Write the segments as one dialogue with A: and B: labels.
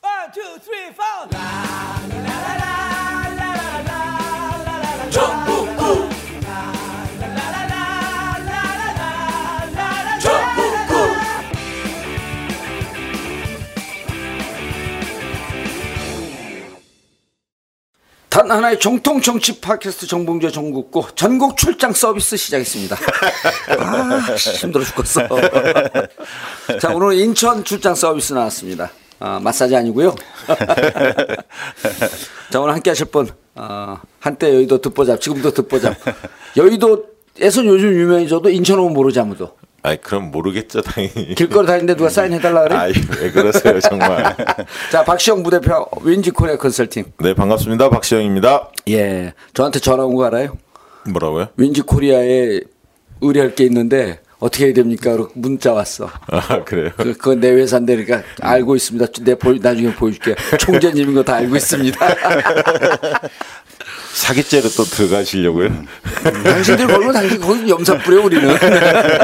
A: One, two, three, four.
B: 단 하나의 정통 정치 팟캐스트 정봉재 정국고 전국 출장 서비스 시작했습니다. 아, 씨, 힘들어 죽겠어. 자, 오늘 인천 출장 서비스 나왔습니다. 아, 마사지 아니고요. 자, 오늘 함께 하실 분, 아, 한때 여의도 듣보잡, 지금도 듣보잡. 여의도에서 요즘 유명해져도 인천 오면 모르지 아무도.
C: 아이 그럼 모르겠죠 당연히.
B: 길거리 다니는데 누가 사인해달라 그래?
C: 아이 왜 그러세요 정말.
B: 자, 박시영 부대표 윈지 코리아 컨설팅.
C: 네 반갑습니다 박시영입니다.
B: 예. 저한테 전화 온 거 알아요?
C: 뭐라고요?
B: 왠지 코리아에 의뢰할 게 있는데 어떻게 해야 됩니까? 그리고 문자 왔어.
C: 아 그래요.
B: 그- 그건 내 회사인데 그러니까 알고 있습니다. 내 보, 나중에 보여줄게. 총재님인 거 다 알고 있습니다.
C: 사기죄로 또 들어가시려고요?
B: 당신들 걸면 당신 거기 염사 뿌려 우리는.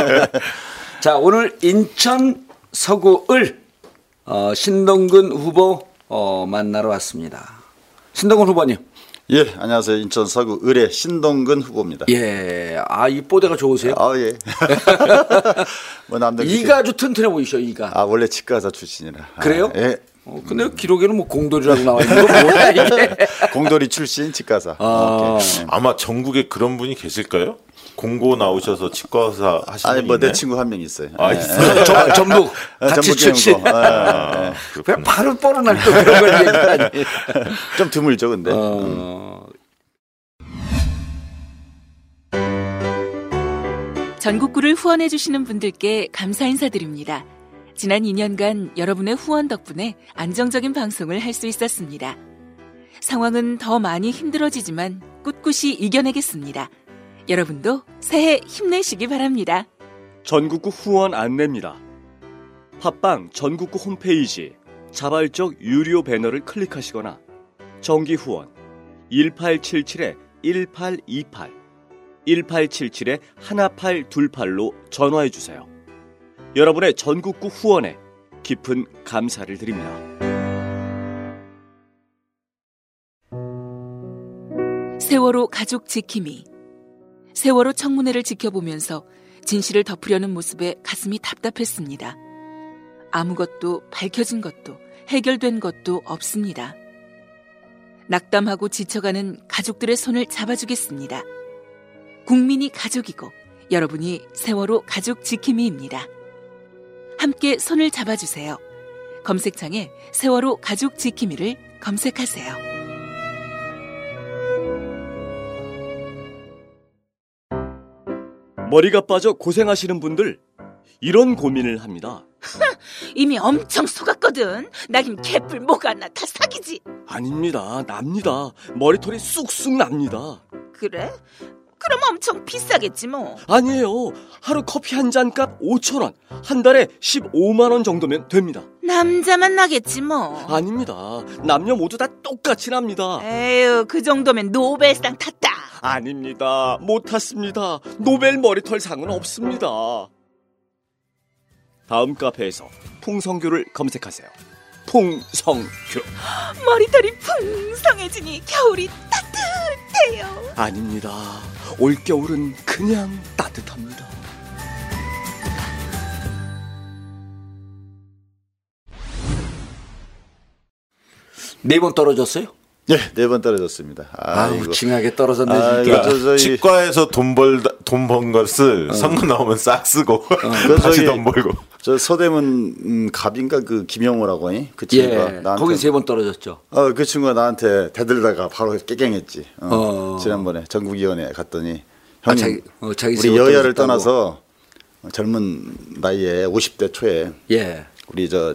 B: 자 오늘 인천 서구을 어, 신동근 후보 어, 만나러 왔습니다. 신동근 후보님.
D: 예, 안녕하세요. 인천 서구 의뢰 신동근 후보입니다.
B: 예, 아 네, 이 뽀대가 좋으세요?
D: 아 예. 뭐 남들 그렇게-
B: 이가 아주 튼튼해 보이셔 이가.
D: 아 원래 치과사 출신이라. 아,
B: 그래요?
D: 예.
B: 어, 근데 기록에는 뭐 공돌이라고 나와 있는 거 뭐야 이게?
D: 공돌이 출신 치과사.
B: 아.
D: 오케이.
C: 아마 전국에 그런 분이 계실까요? 공고 나오셔서 치과사 하시는
D: 아니 뭐
C: 분이
D: 내
C: 있나요?
D: 친구 한 명 있어요.
C: 아
D: 예.
C: 있어요.
B: 저, 전북
D: 아,
B: 같이
D: 전북
B: 출신.
D: 경북. 아,
C: 아,
B: 왜
C: 그렇구나.
B: 바로 뻔한 또 그런 걸 얘기하니?
D: 좀 드물죠, 근데.
B: 어,
E: 전국구를 후원해 주시는 분들께 감사 인사드립니다. 지난 2년간 여러분의 후원 덕분에 안정적인 방송을 할 수 있었습니다. 상황은 더 많이 힘들어지지만 꿋꿋이 이겨내겠습니다. 여러분도 새해 힘내시기 바랍니다.
F: 전국구 후원 안내입니다. 팟빵 전국구 홈페이지 자발적 유료 배너를 클릭하시거나 정기 후원 1877-1828 1877-1828로 전화해 주세요. 여러분의 전국구 후원에 깊은 감사를 드립니다.
E: 세월호 가족 지킴이 세월호 청문회를 지켜보면서 진실을 덮으려는 모습에 가슴이 답답했습니다. 아무것도 밝혀진 것도 해결된 것도 없습니다. 낙담하고 지쳐가는 가족들의 손을 잡아주겠습니다. 국민이 가족이고 여러분이 세월호 가족 지킴이입니다. 함께 손을 잡아주세요. 검색창에 세월호 가족 지킴이를 검색하세요.
F: 머리가 빠져 고생하시는 분들 이런 고민을 합니다.
E: 이미 엄청 속았거든. 나긴 개뿔 뭐가 안 나. 다 사기지.
F: 아닙니다. 납니다. 머리털이 쑥쑥 납니다.
E: 그래? 그럼 엄청 비싸겠지 뭐.
F: 아니에요. 하루 커피 한 잔 값 5천 원, 한 달에 15만 원 정도면 됩니다.
E: 남자만 나겠지 뭐.
F: 아닙니다. 남녀 모두 다 똑같이 납니다.
E: 에휴, 그 정도면 노벨상 탔다.
F: 아닙니다. 못 탔습니다. 노벨 머리털 상은 없습니다. 다음 카페에서 풍성교를 검색하세요. 풍성교.
E: 머리털이 풍성해지니 겨울이 따뜻해요.
F: 아닙니다. 올겨울은 그냥 따뜻합니다.
B: 네 번 떨어졌어요?
D: 예, 네 번 떨어졌습니다. 아,
B: 아우 징하게 떨어졌네 진짜.
D: 아, 이거- 저- 저기- 어.
C: 치과에서 돈벌돈번 것을 선거 나오면 싹 쓰고
D: 그
C: 다시
D: 저기-
C: 돈 벌고.
D: 저 서대문 음, 갑인가 그 김영호라고 하니? 그
B: 예,
D: 친구가 나한테
B: 거긴 세 번 떨어졌죠.
D: 어, 그 친구가 나한테 대들다가 바로 깨갱했지. 어,
B: 어.
D: 지난번에 전국위원회 갔더니
B: 아,
D: 형님,
B: 자기- 어, 자기
D: 우리
B: 세워
D: 여야를
B: 떨어졌다고.
D: 떠나서 젊은 나이에 50대 초에
B: 예.
D: 우리 저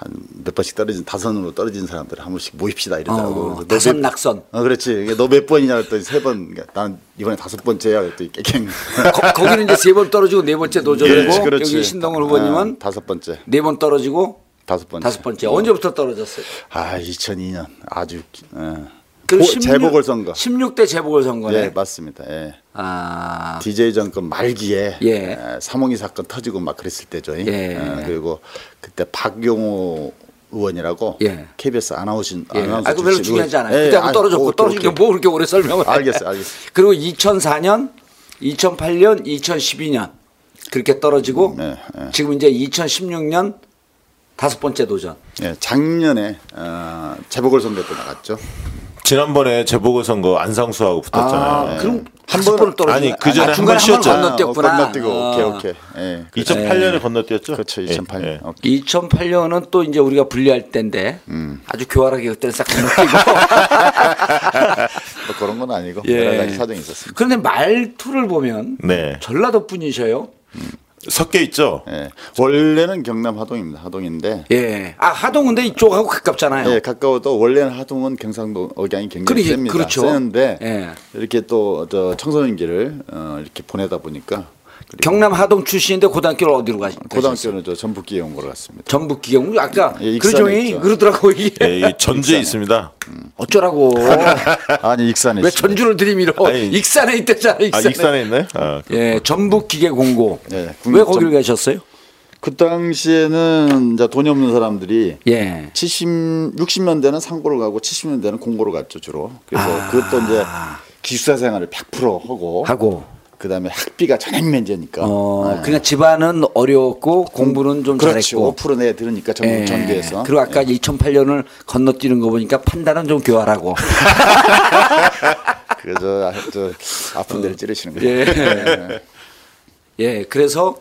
D: 한 몇 번씩 떨어진 다선으로 떨어진 사람들 한 번씩 모입시다
B: 어,
D: 이러더라고. 그래서 너
B: 다선
D: 몇-
B: 낙선.
D: 어, 그렇지. 너 몇 번이냐 그랬더니 세 번. 그러니까 난 이번에 다섯 번째야 그랬더니 깨갱.
B: 거, 거기는 이제 세 번 떨어지고 네 번째 도전이고
D: 그렇지, 그렇지.
B: 여기 신동훈 후보님은
D: 아, 다섯 번째.
B: 네 번 떨어지고
D: 다섯 번째.
B: 다섯 번째. 언제부터 떨어졌어요?
D: 아, 2002년 아주 예.
B: 그럼
D: 보-
B: 16
D: 재보궐선거.
B: 16대 재보궐선거네.
D: 예, 맞습니다. 예.
B: 아,
D: DJ 정권 말기에
B: 예.
D: 에, 삼홍이 사건 터지고 막 그랬을 때죠.
B: 예.
D: 어, 그리고 그때 박용호 의원이라고
B: 예.
D: KBS 아나운서
B: 예.
D: 아나운서
B: 아, 그 별로
D: 출신
B: 중요하지
D: 의원.
B: 않아요.
D: 예,
B: 그때 한번
D: 아,
B: 떨어졌고
D: 오케이,
B: 떨어진
D: 오케이.
B: 게뭐 그렇게 오래 설명을 해.
D: 알겠어요, 알겠어요.
B: 그리고 2004년, 2008년, 2012년 그렇게 떨어지고
D: 네, 네.
B: 지금 이제 2016년 다섯 번째 도전.
D: 예, 작년에 어, 재보궐선거 때 나갔죠.
C: 지난번에 재보궐선거 안상수하고 붙었잖아요.
D: 네.
B: 아, 그럼
C: 한
B: 다섯
C: 번-
B: 번을 떨어진
C: 아니,
B: 거야.
C: 그 전에
B: 아,
C: 한
B: 중간에 한
C: 번
B: 번
C: 쉬었잖아.
B: 건너뛰었구나.
D: 어, 건너뛰고
B: 아.
D: 오케이 오케이. 예, 그,
C: 2008년에 건너뛰었죠?
D: 그렇죠.
C: 예,
D: 2008년.
C: 예.
B: 2008년은 또 이제 우리가 분리할 때인데
D: 음.
B: 아주 교활하게 그때는 싹 건너뛰고
D: 뭐 그런 건 아니고
B: 예.
D: 여러 가지 사정이 있었습니다.
B: 그런데 말투를 보면
C: 네.
B: 전라도 분이셔요.
D: 어.
C: 섞여 있죠?
D: 예. 원래는 경남 하동입니다. 하동인데
B: 예. 아 하동은데 이쪽하고 가깝잖아요.
D: 예, 가까워도 원래는 하동은 경상도 억양이 굉장히
B: 그러게,
D: 셉니다.
B: 그렇죠.
D: 세는데
B: 예.
D: 이렇게 또저 청소년기를 어, 이렇게 보내다 보니까 그리고
B: 경남 하동 출신인데 고등학교를 어디로 가시? 가셨어요?
D: 고등학교는 저 전북기에 온 걸로 갔습니다.
B: 전북 기경 아까
D: 예, 익산에
B: 그러종이
D: 있죠.
B: 그러더라고 이게
C: 예, 이 전주에 있습니다. 아,
B: 어쩌라고
D: 아니 예. 익산에
B: 왜
D: 있습니다.
B: 전주를 들이밀어?
C: 아니,
B: 익산에 있대잖아
C: 아,
B: 익산에.
C: 익산에 있나요? 아,
B: 예, 전북 기계 공고.
D: 예,
B: 왜
D: 국립
B: 거기를
D: 전-
B: 가셨어요?
D: 그 당시에는 이제 돈이 없는 사람들이
B: 예.
D: 70, 60년대는 상고를 가고 70년대는 공고를 갔죠 주로. 그래서 그것도 이제 기숙사 생활을 100% 아. 하고,
B: 하고.
D: 그다음에 학비가 전액 면제니까.
B: 어,
D: 예.
B: 그러니까 집안은 어려웠고 공부는 좀
D: 그렇죠.
B: 잘했고.
D: 5% 내에 들으니까 전국
B: 예.
D: 전교에서.
B: 그리고 아까 2008년을 건너뛰는 거 보니까 판단은 좀 교활하고.
D: 그래서 아, 저 아픈 데를 찌르시는 거예요.
B: 예. 예, 그래서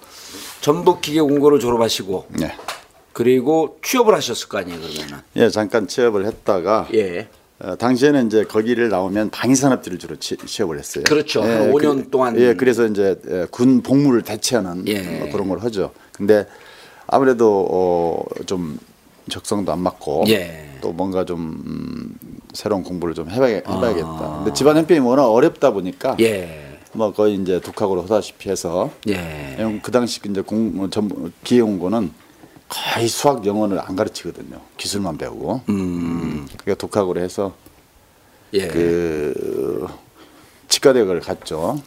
B: 전북 기계 공고를 졸업하시고
D: 예.
B: 그리고 취업을 하셨을 거 아니에요, 그러면은.
D: 예, 잠깐 취업을 했다가
B: 예.
D: 어, 당시에는 이제 거기를 나오면 방위산업들을 주로 취, 취업을 했어요.
B: 그렇죠. 한오년 동안.
D: 예, 그래서 이제 예, 군 복무를 대체하는
B: 예.
D: 어, 그런 걸 하죠. 근데 아무래도 어, 좀 적성도 안 맞고
B: 예.
D: 또 뭔가 좀 음, 새로운 공부를 좀 해봐야, 해봐야겠다. 근데 집안 형편이 워낙 어렵다 보니까
B: 아. 예.
D: 뭐 거의 이제 독학으로 하다시피 해서
B: 예.
D: 왜냐면 그 당시 이제 공, 어, 전, 기회공고는 거의 수학 영어를 안 가르치거든요. 기술만 배우고. 음. 그러니까 독학으로 해서
B: 예.
D: 그 치과대학을 갔죠.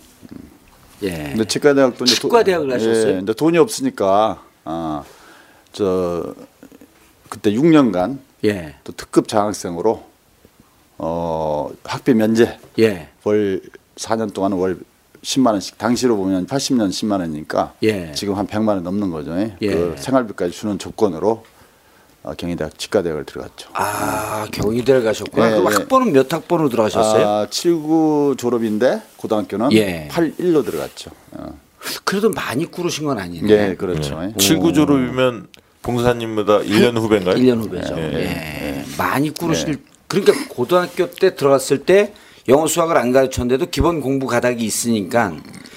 B: 예.
D: 근데 치과대학도 이제 도-
B: 치과대학을 가셨어요?
D: 예, 근데 돈이 없으니까 아, 아저 그때 6년간
B: 예.
D: 또 특급 장학생으로 어 학비 면제
B: 예.
D: 월 4년 동안 월 10만 원씩 당시로 보면 80년 10만 원이니까
B: 예.
D: 지금 한 100만 원 넘는 거죠.
B: 예.
D: 그 생활비까지 주는 조건으로 어, 경희대학 치과대학을 들어갔죠.
B: 아, 경희대를 가셨구나.
D: 예,
B: 그럼
D: 예.
B: 학번은 몇 학번으로 들어가셨어요?
D: 아, 79 졸업인데 고등학교는
B: 예.
D: 81로 들어갔죠. 어.
B: 그래도 많이 꾸르신 건 아니네.
D: 예, 그렇죠.
B: 음.
D: 예.
C: 7구 졸업이면 봉사님보다 1년 후배인가요?
B: 1년 후배죠. 예. 많이
D: 예.
B: 꾸르실 그러니까 고등학교 때 들어갔을 때 영어 수학을 안 가르쳤는데도 기본 공부 가닥이 있으니까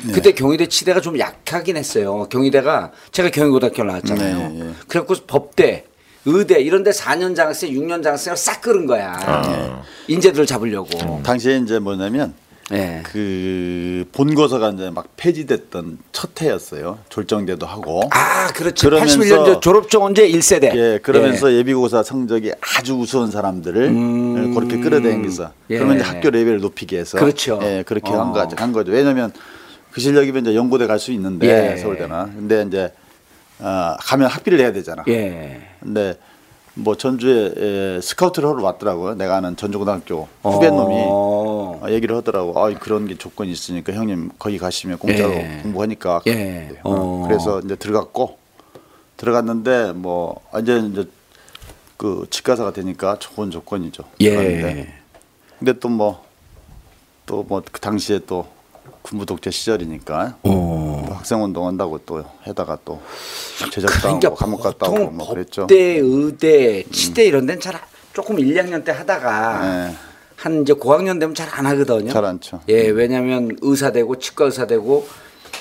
D: 예.
B: 그때 경희대 치대가 좀 약하긴 했어요. 경희대가 제가 경희고등학교를 나왔잖아요.
D: 네, 예.
B: 그래갖고 법대, 의대 이런 데 4년 장학생, 6년 장학생을 싹 끌은 거야.
D: 아.
B: 예. 인재들을 잡으려고.
D: 예. 당시에 이제 뭐냐면
B: 예.
D: 그 본고서가 이제 막 폐지됐던 첫 해였어요. 졸정제도 하고.
B: 아, 그렇지.
D: 그러면서-
B: 81년 졸업종 언제 1세대.
D: 예, 그러면서 예. 비고사 성적이 아주 우수한 사람들을 예, 그렇게 끌어당겨서
B: 음. 예.
D: 그러면 이제 학교 레벨을 높이게 해서
B: 그렇죠.
D: 예, 그렇게
B: 어.
D: 한 거죠. 한 거죠. 왜냐면 그 실력이면 이제 연고대 갈 수 있는데
B: 예.
D: 서울대나. 근데 이제 어, 가면 학비를 내야 되잖아.
B: 예.
D: 근데 뭐 전주에 에, 스카우트를 하러 왔더라고요. 내가 아는 전주고등학교 후배
B: 어.
D: 놈이 얘기를 하더라고. 아 그런 게 조건이 있으니까 형님 거기 가시면 공짜로
B: 예.
D: 공부하니까.
B: 예.
D: 네.
B: 어.
D: 그래서 이제 들어갔고 들어갔는데 뭐 이제 이제 그 치과사가 되니까 좋은 조건이죠.
B: 예.
D: 들어갔는데. 근데 또 뭐 또 뭐 그 당시에 또 군부 독재 시절이니까
B: 어.
D: 또 학생 운동한다고 또 해다가 또 제작당하고
B: 그러니까
D: 감옥 갔다 오고
B: 보통
D: 뭐 그랬죠. 음.
B: 법대, 의대, 치대 이런 데는 잘 조금 1, 2학년 때 하다가
D: 네.
B: 한 이제 고학년 되면 잘 안 하거든요.
D: 잘안 쳐.
B: 예, 왜냐하면 의사 되고 치과 의사 되고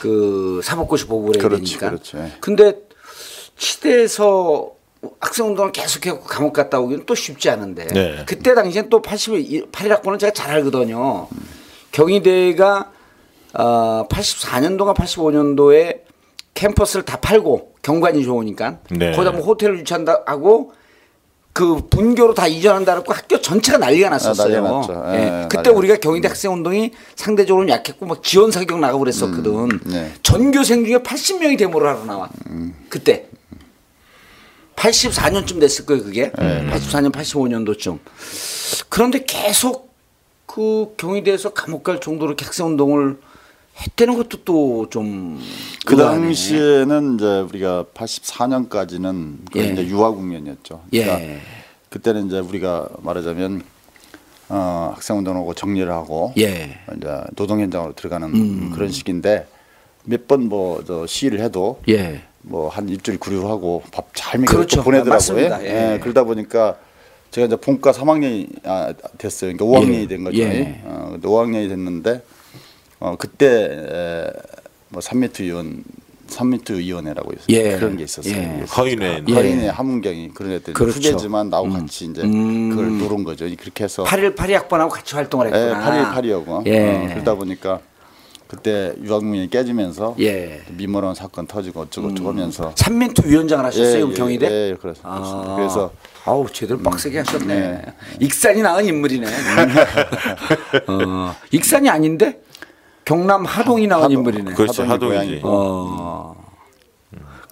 B: 그 사법고시 보고를 해야
D: 그렇지,
B: 되니까.
D: 그렇지. 예.
B: 근데 치대에서 학생 운동을 계속해고 감옥 갔다 오기는 또 쉽지 않은데
C: 네.
B: 그때 당시엔 또 81학번은 제가 잘 알거든요. 경희대가 어, 84년도가 85년도에 캠퍼스를 다 팔고 경관이 좋으니까
C: 네.
B: 거기다 뭐 호텔을 유치한다 하고 그 분교로 다 이전한다고 학교 전체가 난리가 났었어요.
D: 난리 났죠. 예,
B: 예. 그때
D: 난리
B: 우리가
D: 음.
B: 경희대 학생 운동이 상대적으로 약했고 막 지원 사격 나가고 그랬었거든.
D: 네. 음.
B: 전교생 중에 80명이 데모를 하러 나와. 그때 84년쯤 됐을 거예요, 그게.
D: 네,
B: 84년, 85년도쯤. 그런데 계속 그 경희대에서 감옥 갈 정도로 학생 운동을 했다는 것도 또 좀
D: 그 당시에는 이제 우리가 84년까지는
B: 예.
D: 이제 유아 공연이었죠.
B: 예.
D: 그러니까 그때는 이제 우리가 말하자면 어, 학생 운동하고 정리를 하고
B: 예. 음.
D: 이제 노동 현장으로 들어가는 그런 시기인데 몇 번 뭐 저 시위를 해도
B: 예.
D: 뭐 한 일주일 구류하고 밥 잘 먹여
B: 그렇죠.
D: 고 보내더라고요.
B: 맞습니다. 예.
D: 그러다 보니까 제가 이제 본과 3학년이 아, 됐어요. 그러니까 5학년이
B: 예.
D: 된 거죠.
B: 예.
D: 어, 근데 5학년이 됐는데 어, 그때 에, 뭐 3미투 위원 3미투 위원회라고 있어요.
B: 예.
D: 그런 게 있었어요.
B: 예.
C: 허인회.
B: 예.
D: 허인의 하문경이 그런 애들이
B: 그렇죠. 음.
D: 후배지만 나하고 같이 이제 그걸 누른 거죠. 그렇게 해서
B: 8일 8이 학번하고 같이 활동을
D: 예,
B: 했구나.
D: 8일 8이었고 어,
B: 예.
D: 그러다 보니까 그때 유학문이 깨지면서
B: 예.
D: 미모론 사건 터지고 어쩌고 저쩌고 하면서
B: 삼민투 위원장을 하셨어요, 그럼 경희대?
D: 예, 예, 그렇습니다.
B: 아.
D: 그래서
B: 아우 제대로 빡세게 하셨네.
D: 네.
B: 익산이 나은 인물이네. 어, 익산이 아닌데 경남 하동이 나은 인물이네. 어.
C: 그렇지
D: 하동이
C: 그렇죠. 하동이지.
D: 고양이고.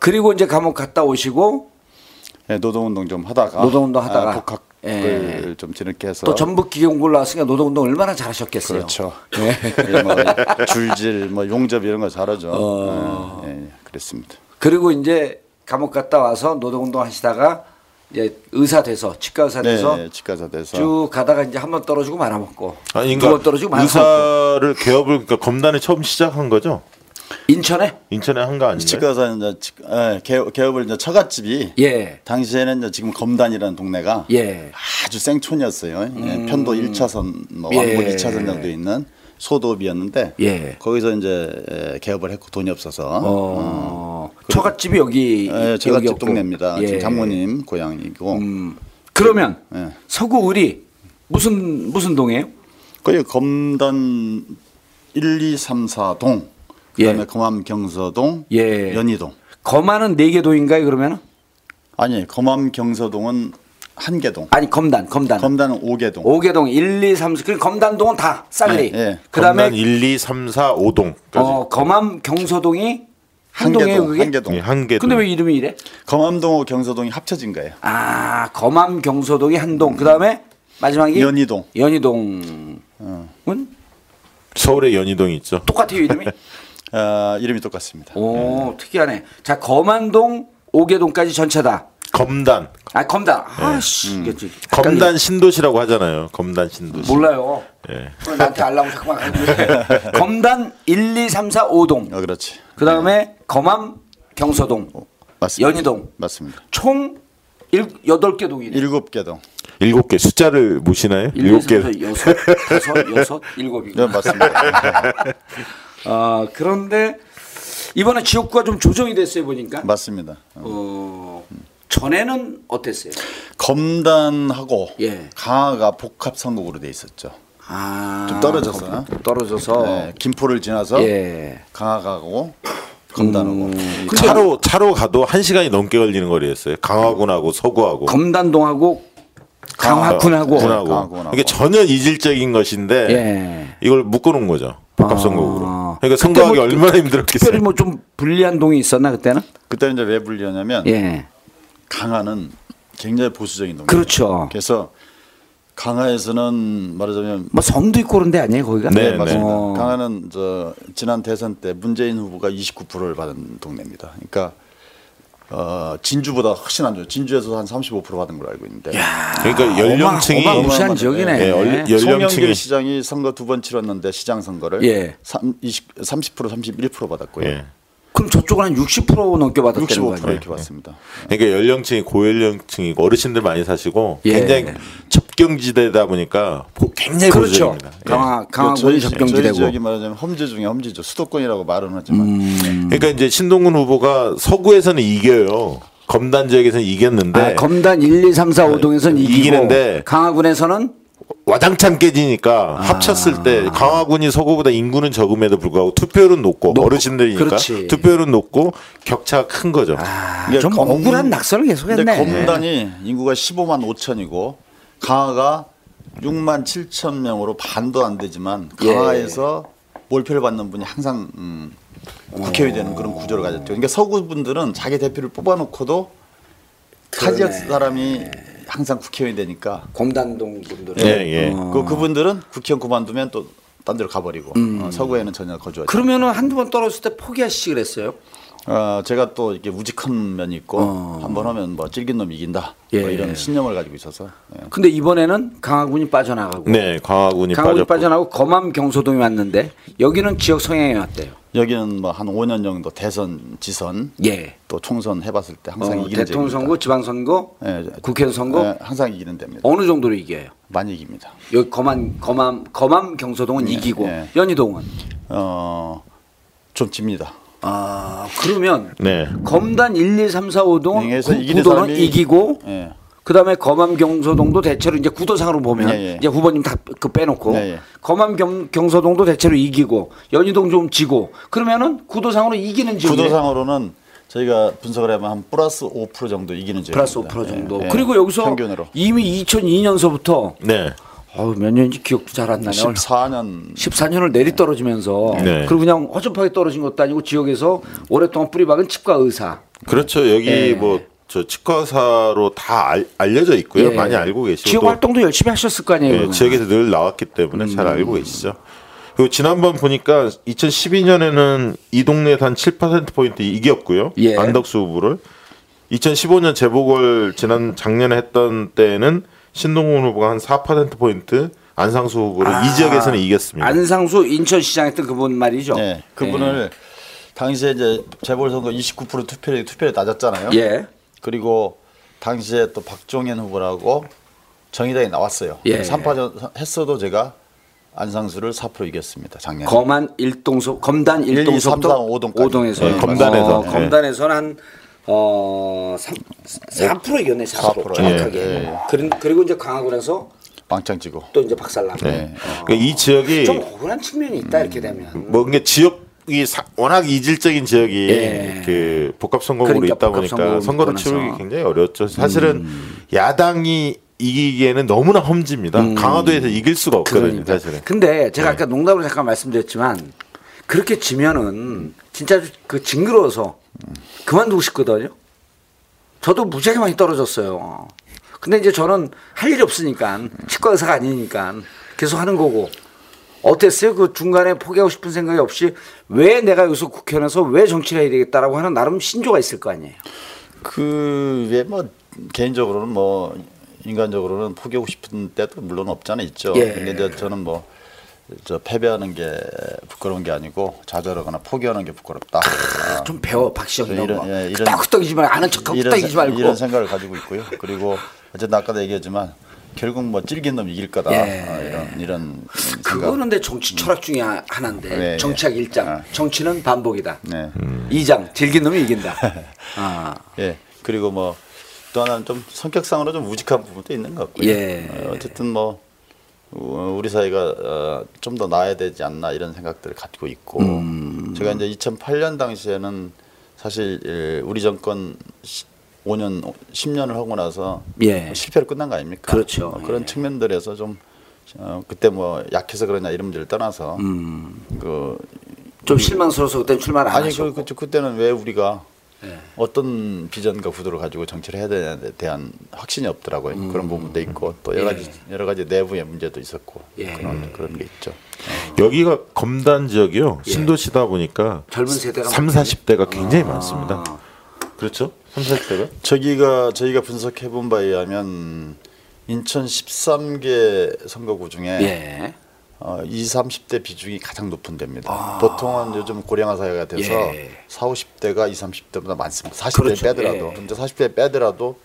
B: 그리고 이제 감옥 갔다 오시고
D: 예, 노동운동 좀 하다가
B: 노동운동 하다가.
D: 아, 복학을
B: 예.
D: 좀 진흙게 해서
B: 또 전북 기계공고를 나왔으니까 노동운동 얼마나 잘하셨겠어요.
D: 그렇죠.
B: 예.
D: 예, 뭐 줄질 뭐 용접 이런 거 잘하죠.
B: 어.
D: 예, 예, 그랬습니다.
B: 그리고 이제 감옥 갔다 와서 노동운동 하시다가 이제 의사 돼서 치과 의사
D: 네,
B: 돼서
D: 네, 치과사 돼서
B: 아, 쭉 가다가 이제 한 번 떨어지고 말아먹고
C: 아니,
B: 두 번 떨어지고
C: 그러니까
B: 말아먹고
C: 의사를 개업을 그러니까 검단에 처음 시작한 거죠?
B: 인천에
C: 인천에 한 거 아닌가요?
D: 네. 치과사 이제 치, 예, 개업, 개업을 이제 처갓집이
B: 예.
D: 당시에는 이제 지금 검단이라는 동네가
B: 예. 음.
D: 아주 생촌이었어요. 예, 편도 1차선, 뭐
B: 예.
D: 왕복 2차선 정도 있는 소도읍이었는데
B: 예.
D: 거기서 이제 예, 개업을 했고 돈이 없어서
B: 어. 처갓집이 여기
D: 예, 제가 집
B: 여기였고.
D: 동네입니다.
B: 예. 음.
D: 지금 장모님 고향이고
B: 그러면
D: 예.
B: 서구 의리 무슨 무슨 동이에요?
D: 거기 검단 1, 2, 3, 4동 그다음에
B: 예.
D: 검암 경서동,
B: 예.
D: 연희동.
B: 검안은 네 개 도인가요? 그러면 은
D: 아니 검암 경서동은 한 개동.
B: 아니 검단 검단
D: 검단은 5개동.
B: 오개동 1, 2, 3, 4 그리고 그러니까 검단동은 다 싸그리
D: 예, 예.
B: 그다음에
C: 검단 1, 2, 3, 4, 5동까지.
B: 어, 검암 경서동이 한
D: 한
B: 동이에요
D: 개동,
B: 그게?
D: 한 개동.
C: 예, 한 개.
B: 근데 왜 이름이 이래?
D: 검암동하고 경서동이 합쳐진 거예요.
B: 아 검암 경서동이 한동 그다음에 마지막이
D: 연희동. 어.
B: 연희동은
C: 서울에 연희동이 있죠.
B: 똑같아요 이름이?
D: 아, 이름이 똑같습니다.
B: 오 특이하네. 자 검안동 오개동까지 전체다.
C: 검단.
B: 아 검단. 아씨.
C: 예.
D: 음.
C: 검단 신도시라고 하잖아요. 검단 신도시.
B: 몰라요.
C: 예.
B: 그걸 어, 나한테 알라고 자꾸만 하는데. 검단 1, 2, 3, 4, 5동.
D: 어, 그렇지.
B: 그 다음에 검암 경서동.
D: 맞습니다.
B: 연희동.
D: 맞습니다.
B: 총 일, 8개 동이네.
D: 일곱 개동.
C: 일곱 개 숫자를 모시나요?
B: 일, 이,
C: 일곱 개.
B: 삼, 사, 여섯, 다섯, 여섯, 일곱이.
D: 네, 맞습니다.
B: 아, 그런데 이번에 지역구가 좀 조정이 됐어요, 보니까.
D: 맞습니다. 어,
B: 어, 전에는 어땠어요?
D: 검단하고
B: 예.
D: 강화가 복합 선곡으로 돼 있었죠.
B: 아,
D: 좀 떨어졌어요.
B: 떨어져서.
D: 네, 김포를 지나서
B: 예. 음.
D: 강화가고 검단하고 이
C: 차로 차로 가도 한 시간이 넘게 걸리는 거리였어요. 강화군하고 서구하고.
B: 검단동하고 강화군하고.
C: 군하고.
D: 아, 강화군하고.
C: 이게 전혀 이질적인 것인데
B: 예.
C: 이걸 묶어놓은 거죠. 복합선거구로.
B: 아.
C: 그러니까
B: 그때
C: 선거하기
B: 뭐
C: 얼마나 힘들었겠어요.
B: 특별히
D: 네.
B: 뭐 좀 불리한 동이 있었나 그때는?
D: 그때 이제 왜 불리냐면
B: 예.
D: 강화는 굉장히 보수적인 동네.
B: 그렇죠.
D: 그래서 강화에서는 말하자면
B: 뭐 섬도 있고 그런 데 아니에요 거기가?
C: 네,
D: 네, 맞습니다.
B: 어.
D: 강화는 저 지난 대선 때 문재인 후보가 29%를 받은 동네입니다. 그러니까 어, 진주보다 훨씬 안 좋아요. 진주에서 한 35% 받은 걸로 알고 있는데.
C: 그러니까 연령층이
B: 어마, 무시한
D: 어마어마하네.
B: 지역이네.
C: 예, 얼- 예. 연령층이.
D: 송영길 시장이 선거 두 번 치렀는데 시장 선거를
B: 예.
D: 삼- 20, 30% 31% 받았고요.
C: 예.
B: 그럼 저쪽은 한 60% 넘게 받았다는 거
D: 65%
B: 아니에요? 네.
D: 이렇게 받습니다.
C: 그러니까 연령층이 고연령층이고 어르신들 많이 사시고
B: 예.
C: 굉장히 접경지대다 보니까 보- 굉장히
B: 그렇죠.
C: 고전입니다. 예.
B: 강화 강화군
D: 저희 시- 저희
B: 접경지대고. 음.
D: 지역이 말하자면 험지 중에 험지죠. 수도권이라고 말은 하지만
C: 그러니까 이제 신동근 후보가 서구에서는 이겨요. 검단 지역에서는 이겼는데
D: 네.
B: 아, 검단 1, 2, 3, 4, 5동에서는 이기고
C: 이기는데
B: 강화군에서는
C: 와장창 깨지니까
B: 아.
C: 합쳤을 때 강화군이 서구보다 인구는 적음에도 불구하고 투표율은 높고, 어르신들이니까
B: 그렇지. 아.
C: 투표율은 높고 격차가 큰 거죠.
D: 이게
B: 좀
D: 검-
B: 억울한 낙서를
D: 근데
B: 계속했네.
D: 검단이 인구가 15만 5천이고 강화가 6만 7천 명으로 반도 안 되지만
B: 예,
D: 강화에서 몰표를 받는 분이 항상 음, 국회의원 되는 그런 구조를 가졌죠. 그러니까 서구 분들은 자기 대표를 뽑아놓고도 타지역 사람이 항상 국회의원이 되니까
B: 공단동 분들은
C: 예, 예.
D: 그 그분들은 국회의원 그만두면 또 딴 데로 가버리고
B: 음.
D: 어, 서구에는 전혀 거주하지
B: 그러면은 한두 번 떨어졌을 때 포기하시지 그랬어요?
D: 어, 제가 또 이렇게 우직한 면이 있고 한 번 하면 뭐 질긴 놈 이긴다 뭐
B: 어. 예.
D: 이런 신념을 가지고 있어서 예.
B: 근데 이번에는 강화군이 빠져나가고
C: 네, 강화군이
B: 강화군이
C: 빠졌고.
B: 빠져나가고 검암 경소동이 왔는데 여기는 지역 성향이 왔대요.
D: 여기는 뭐 한 5년 정도 대선 지선
B: 예.
D: 또 총선 해봤을 때 항상
B: 어,
D: 뭐 이기는
B: 대통령
D: 데입니다.
B: 선거, 지방 선거,
D: 예,
B: 국회의원 선거
D: 예, 항상 이기는 데입니다
B: 어느 정도로 이겨요?
D: 많이 이깁니다
B: 여기 검암 검암 검암 경소동은 이기고
D: 예.
B: 연희동은
D: 어, 좀 집니다
B: 아 그러면
C: 네.
B: 검단 1, 2, 3, 4, 5동은
D: 여기에서 네, 이기는
B: 구도는
D: 사람이-
B: 이기고
D: 예.
B: 그다음에 검암 경소동도 대체로 이제 구도상으로 보면
D: 예, 예.
B: 이제 후보님 다 그 빼놓고
D: 예, 예.
B: 검암 경, 경소동도 대체로 이기고 연희동 좀 지고 그러면은 구도상으로 이기는 지역
D: 구도상으로는 저희가 분석을 하면 한 플러스 5% 정도 이기는 지역
B: 플러스 5% 정도 그리고 여기서
D: 네, 평균으로
B: 이미 2002년서부터
C: 네.
B: 어우 몇 년인지 기억도 잘 안 나네요.
D: 14년
B: 14년을 내리 떨어지면서
C: 네.
B: 그리고 그냥 허접하게 떨어진 것도 아니고 지역에서 오랫동안 뿌리박은 치과 의사
C: 그렇죠. 여기
B: 예.
C: 뭐 저 치과사로 다 알, 알려져 있고요.
B: 예.
C: 많이 알고 계시고
B: 지역
C: 또
B: 활동도 열심히 하셨을 거 아니에요. 음.
C: 예,
B: 그러면.
C: 지역에서 늘 나왔기 때문에 잘 알고 계시죠. 그리고 지난번 보니까 2012년에는 이 동네에서 한 7% 포인트 이겼고요.
B: 예.
C: 안덕수 후보를 2015년 재보궐 지난 작년에 했던 때에는 신동훈 후보가 한 4% 포인트 안상수 후보를 이 지역에서는 이겼습니다.
B: 아. 안상수 인천시장 했던 그분 말이죠.
D: 예, 그분을 당시에 이제 재벌선거 29% 투표율 투표율 낮았잖아요.
B: 예.
D: 그리고 당시에 또 박종현 후보라고 정의당이 나왔어요.
B: 예.
D: 3파전 했어도 제가 안상수를 4% 이겼습니다. 작년에.
B: 검안 일동서 검단
D: 일, 이, 삼, 사,
B: 일동서부터
D: 오동까지.
B: 오동에서
C: 예, 검단에서.
B: 어,
C: 예.
B: 검단에서는 한 어, 3, 4% 이겼네 4%,
D: 4%.
B: 정확하게.
D: 예, 예.
B: 그린- 그리고 이제 강화군에서
D: 망창지고.
B: 또 이제 박살난.
C: 네. 그러니까 이 지역이
B: 좀 억울한 측면이 있다 이렇게 되면.
C: 뭐 이게 지역이 사- 워낙 이질적인 지역이
B: 예.
C: 그 복합 선거구로
B: 그러니까
C: 있다
B: 복합
C: 보니까
B: 선거구를
C: 선거를
B: 떠나서. 음.
C: 치르기 굉장히 어려웠죠. 사실은 야당이 이기기에는 너무나 험지입니다. 강화도에서 이길 수가 없거든요,
B: 그러니까.
C: 사실은.
B: 근데 제가 아까 농담으로 잠깐 말씀드렸지만 그렇게 지면은 진짜 그 징그러워서 그만두고 싶거든요. 저도 무지하게 많이 떨어졌어요. 근데 이제 저는 할 일이 없으니까 치과 의사가 아니니까 계속 하는 거고 어땠어요? 그 중간에 포기하고 싶은 생각이 없이 왜 내가 여기서 국회의원에서 왜 정치를 해야 되겠다라고 하는 나름 신조가 있을 거 아니에요.
D: 그게 뭐 개인적으로는 뭐 인간적으로는 포기하고 싶은 때도 물론 없잖아 있죠.
B: 예.
D: 근데 이제 저는 뭐 저 패배하는 게 부끄러운 게 아니고 좌절하거나 포기하는 게 부끄럽다. 아,
B: 좀 배워 박시영 이런
D: 이런-
B: 거.
D: 예, 이런-
B: 끄떡끄떡이지 말고 아는 척하고
D: 이런,
B: 끄떡이지
D: 세-
B: 말고.
D: 이런 생각을 가지고 있고요. 그리고 어쨌든 아까도 얘기했지만 결국 뭐 찔긴 놈 이길 거다.
B: 예.
D: 아, 이런 이런 생각.
B: 그거는 내 정치 철학 중에 하- 하나인데
D: 음. 네,
B: 정치학
D: 네.
B: 일 1장
D: 아.
B: 정치는 반복이다 음.
D: 네.
B: 이 2장 즐긴 놈이 이긴다 아,
D: 예. 그리고 뭐 또 하나는 좀 성격상으로 좀 우직한 부분도 있는 것 같고요.
B: 예.
D: 어, 어쨌든 뭐 어, 우리 사회가 좀 더 나아야 되지 않나 이런 생각들을 갖고 있고
B: 음.
D: 제가 이제 2008년 당시에는 사실 예, 우리 정권 시- 5년 10년을 하고 나서
B: 예.
D: 실패로 끝난 거 아닙니까?
B: 그렇죠.
D: 어, 그런
B: 예.
D: 측면들에서 좀 어, 그때 뭐 약해서 그러냐 이런 문제를 떠나서
B: 음.
D: 그
B: 좀 실망스러워서 그때 출마를 안
D: 아니
B: 하셨고 예.
D: 그, 그, 그때는 왜 우리가 어떤 비전과 구도를 가지고 정치를 해야 되냐에 대한 확신이 없더라고요.
B: 음.
D: 그런 부분도 있고 또 여러 가지 여러 가지 내부의 문제도 있었고
B: 예.
D: 그런 그런 게 있죠.
C: 여기가 검단 지역이요.
B: 예.
C: 신도시다 보니까
B: 젊은 세대가
C: 3,
B: 많군요.
C: 40대가
B: 아.
C: 굉장히 많습니다. 그렇죠? 3, 40대가?
D: 저기가 저희가 분석해 본 바에 의하면 인천 13개 선거구 중에
B: 예.
D: 어, 20, 30대 비중이 가장 높은 데입니다. 보통은 요즘 고령화 사회가 돼서
B: 아. 예.
D: 40, 50대가 20, 30대보다 많습니다. 40대
B: 그렇죠.
D: 빼더라도.
B: 예.
D: 근데 40대 빼더라도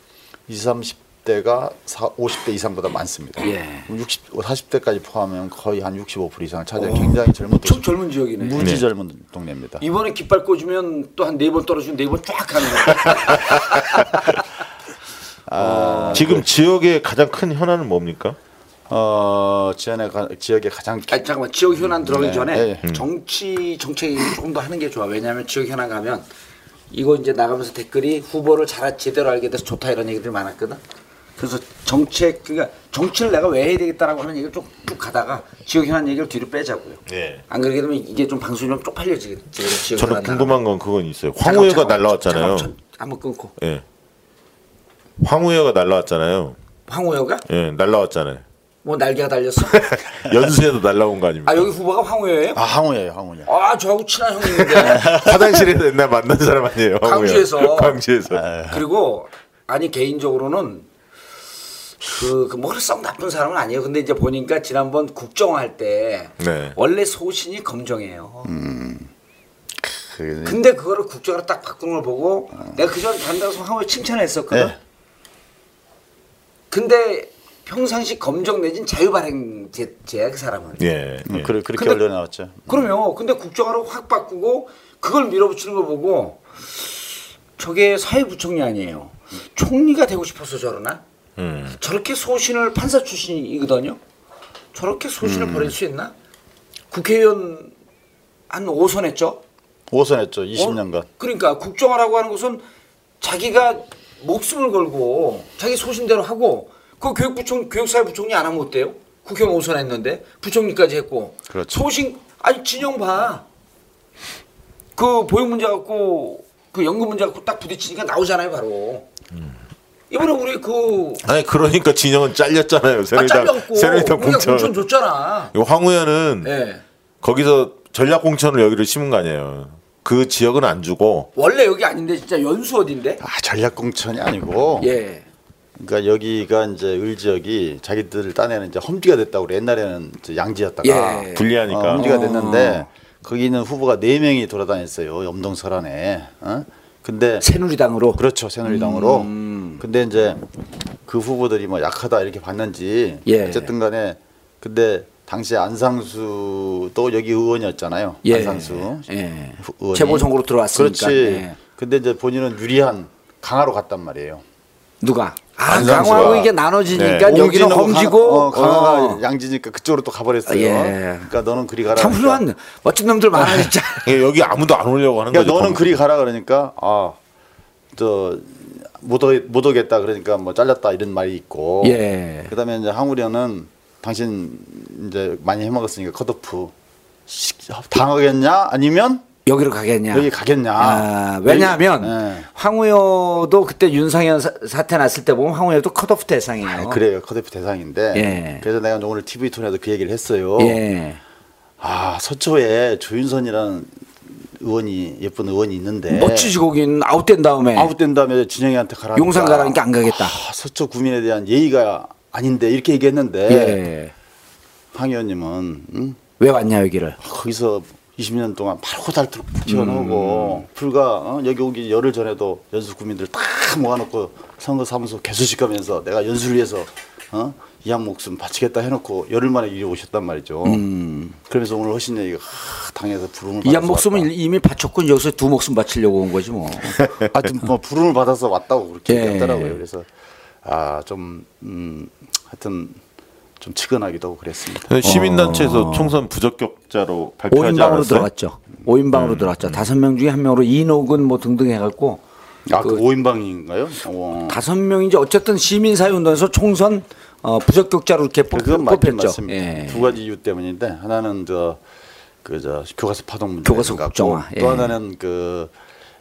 D: 20, 30대가 50대 이상보다 많습니다.
B: 예.
D: 그럼 60, 40대까지 포함하면 거의 한 65% 이상을 차지한 굉장히 젊은
B: 어, 엄청
D: 도시.
B: 젊은 지역이네
D: 무지 젊은 동네입니다.
B: 이번에 깃발 꽂으면 또 한 네 번 떨어지면 네 번 쫙 가는 거야 아, 네.
C: 지금 지역의 가장 큰 현안은 뭡니까?
D: 어, 지연의 가, 지역에 가장
B: 아니, 잠깐만 지역 현안 들어가기
D: 네,
B: 전에
D: 예,
C: 음.
D: 예.
B: 정치 정책 얘기 조금 더 하는 게 좋아 왜냐하면 지역 현안 가면 이거 이제 나가면서 댓글이 후보를 잘 제대로 알게 돼서 좋다 이런 얘기들이 많았거든 그래서 정책 그러니까 정치를 내가 왜 해야 되겠다라고 하는 얘기를 쭉쭉 가다가 지역 현안 얘기를 뒤로 빼자고요
C: 예.
B: 안 그러게 되면 이게 좀 방송이 좀 쪽팔려지겠지 지역
C: 저는
B: 현안
C: 궁금한 건 그건 있어요.
B: 그 나가면.
C: 황우회가
B: 잠깐만,
C: 날라왔잖아요.
B: 잠깐만, 잠깐만, 한번 끊고
C: 예. 황우여가 날라왔잖아요.
B: 황우여가?
C: 예, 날라왔잖아요.
B: 뭐 날개가 달렸어?
C: 연수에도 날라온 거 아닙니까?
B: 아 여기 후보가 황우여예요?
D: 아 항우예요 항우요.
B: 아 저하고 친한 형님인데
C: 화장실에서 옛날 만난 사람 아니에요. 황우여.
B: 광주에서. 아.
C: 광주에서.
B: 그리고 아니 개인적으로는 그뭐썩 나쁜 사람은 아니에요. 근데 이제 보니까 지난번 국정화할 때
C: 네.
B: 원래 소신이 검정이에요.
D: 그,
B: 근데 그거를 국정화로 딱 바꾼 걸 보고 내가 그전 단다서 황후에 칭찬했었거든.
D: 네.
B: 근데 평상시 검정 내진 자유발행 제야 그 사람은.
C: 예. 예.
D: 그 그렇게
B: 근데-
D: 언론에 나왔죠.
B: 그럼요. 근데 국정화로 확 바꾸고 그걸 밀어붙이는 걸 보고 저게 사회부총리 아니에요. 총리가 되고 싶어서 저러나?
C: 음.
B: 저렇게 소신을 판사 출신이거든요. 저렇게 소신을 버릴 수 있나? 국회의원 한 5선 했죠.
D: 오선했죠
B: 어?
D: 20년간.
B: 그러니까 국정화라고 하는 것은 자기가 목숨을 걸고 자기 소신대로 하고 그 교육부총 교육사회부총리 안 하면 어때요? 국회의원 오선 했는데 부총리까지 했고
D: 그렇죠.
B: 소신 아니 진영 봐. 그 보육 문제 갖고 그 연금 문제 갖고 딱 부딪히니까 나오잖아요 바로.
D: 음.
B: 이번에 우리 그
C: 아니 그러니까 진영은 잘렸잖아요.
B: 아,
C: 새누리당
B: 잘렸고
C: 새누리당
B: 우리가
C: 공천.
B: 공천 줬잖아.
C: 이거 황우현은
B: 예.
C: 거기서 전략 공천을 여기로 심은 거 아니에요. 그 지역은 안 주고
B: 원래 여기 아닌데 진짜 연수 어딘데?
D: 아 전략 공천이 아니고.
B: 예.
D: 그러니까 여기가 이제 을 지역이 자기들 딴에는 이제 험지가 됐다고 그래. 옛날에는 이제 양지였다가
B: 예.
C: 불리하니까.
D: 어, 험지가 됐는데 거기 있는 후보가 네 명이 돌아다녔어요. 염동설 안에. 어? 근데
B: 새누리당으로.
D: 그렇죠 새누리당으로.
B: 음.
D: 근데 이제 그 후보들이 뭐 약하다 이렇게 봤는지
B: 예.
D: 어쨌든간에 근데 당시에 안상수도 여기 의원이었잖아요.
B: 예.
D: 안상수
B: 예.
D: 후- 의원이.
B: 최고 선거로 들어왔으니까.
D: 그렇지.
B: 예.
D: 근데 이제 본인은 유리한 강화로 갔단 말이에요.
B: 누가? 아,
C: 안상수가.
B: 강화하고 이게 나눠지니까
C: 네.
B: 여기는
D: 옹진하고
B: 험지고
D: 강- 어, 강화가
B: 어.
D: 양지니까 그쪽으로 또 가버렸어요.
B: 예.
D: 그러니까 너는 그리 가라.
B: 참
D: 그러니까.
B: 훌륭한 멋진 놈들 많아 진짜.
D: 네.
C: 예, 여기 아무도 안 오려고 하는
D: 그러니까
C: 거죠.
D: 너는
C: 검-
D: 그리 가라 그러니까 아저못 못 오겠다 그러니까 뭐 잘렸다 이런 말이 있고
B: 예.
D: 그다음에 이제 항우려는 당신 이제 많이 해먹었으니까 컷오프 시- 당하겠냐 아니면
B: 여기로 가겠냐?
D: 여기 가겠냐.
B: 아, 왜냐하면
D: 예.
B: 황우여도 그때 윤상현 사- 사태 났을 때 보면 황우여도 컷오프 대상이에요.
D: 아, 그래요 컷오프 대상인데
B: 어. 예.
D: 그래서 내가 오늘 TV 톤에도 그 얘기를 했어요.
B: 예.
D: 아 서초에 조윤선이라는 의원이 예쁜 의원이 있는데
B: 멋지지 거긴 아웃된 다음에
D: 네. 아웃된 다음에 진영이한테 가라.
B: 네. 용산 가라니까 그러니까 안 가겠다.
D: 아, 서초 구민에 대한 예의가 아닌데 이렇게 얘기했는데
B: 예.
D: 황 의원님은 응?
B: 왜 왔냐 여기를?
D: 거기서 20년 동안 바로 달도록 튀어나오고
B: 음.
D: 불과 어, 여기 오기 열흘 전에도 연수 구민들 다 모아놓고 선거사무소 개수식 하면서 내가 연수를 위해서 어? 이양 목숨 바치겠다 해놓고 열흘 만에 이리 오셨단 말이죠. 그러면서 오늘 허신 얘기가 하, 당에서
B: 음.
D: 부름을
B: 이 한
D: 받아서
B: 목숨은 이미 바쳤고 여기서 두 목숨 바치려고 온 거지 뭐.
D: 하여튼 뭐 부름을 받아서 왔다고 그렇게
B: 예.
D: 얘기하더라고요. 그래서 아 좀 음, 하여튼 좀 측은하기도 하고 그랬습니다. 어.
C: 시민단체에서 총선 부적격자로 발표하지
B: 5인방으로
C: 않았어요.
B: 들어갔죠. 5인방으로
D: 음,
B: 들어갔죠. 다섯 명 중에 한 명으로 이노근 뭐 등등 해갖고
D: 아그 오인방인가요 어.
B: 다섯 명인지 어쨌든 시민사회운동에서 총선 어, 부적격자로 이렇게 뽑,
D: 그건 맞긴
B: 뽑혔죠.
D: 맞습니다.
B: 예.
D: 두 가지 이유 때문인데 하나는 저 그저 교과서 파동 문제
B: 교과서
D: 같고
B: 국정화, 예.
D: 또 하나는 그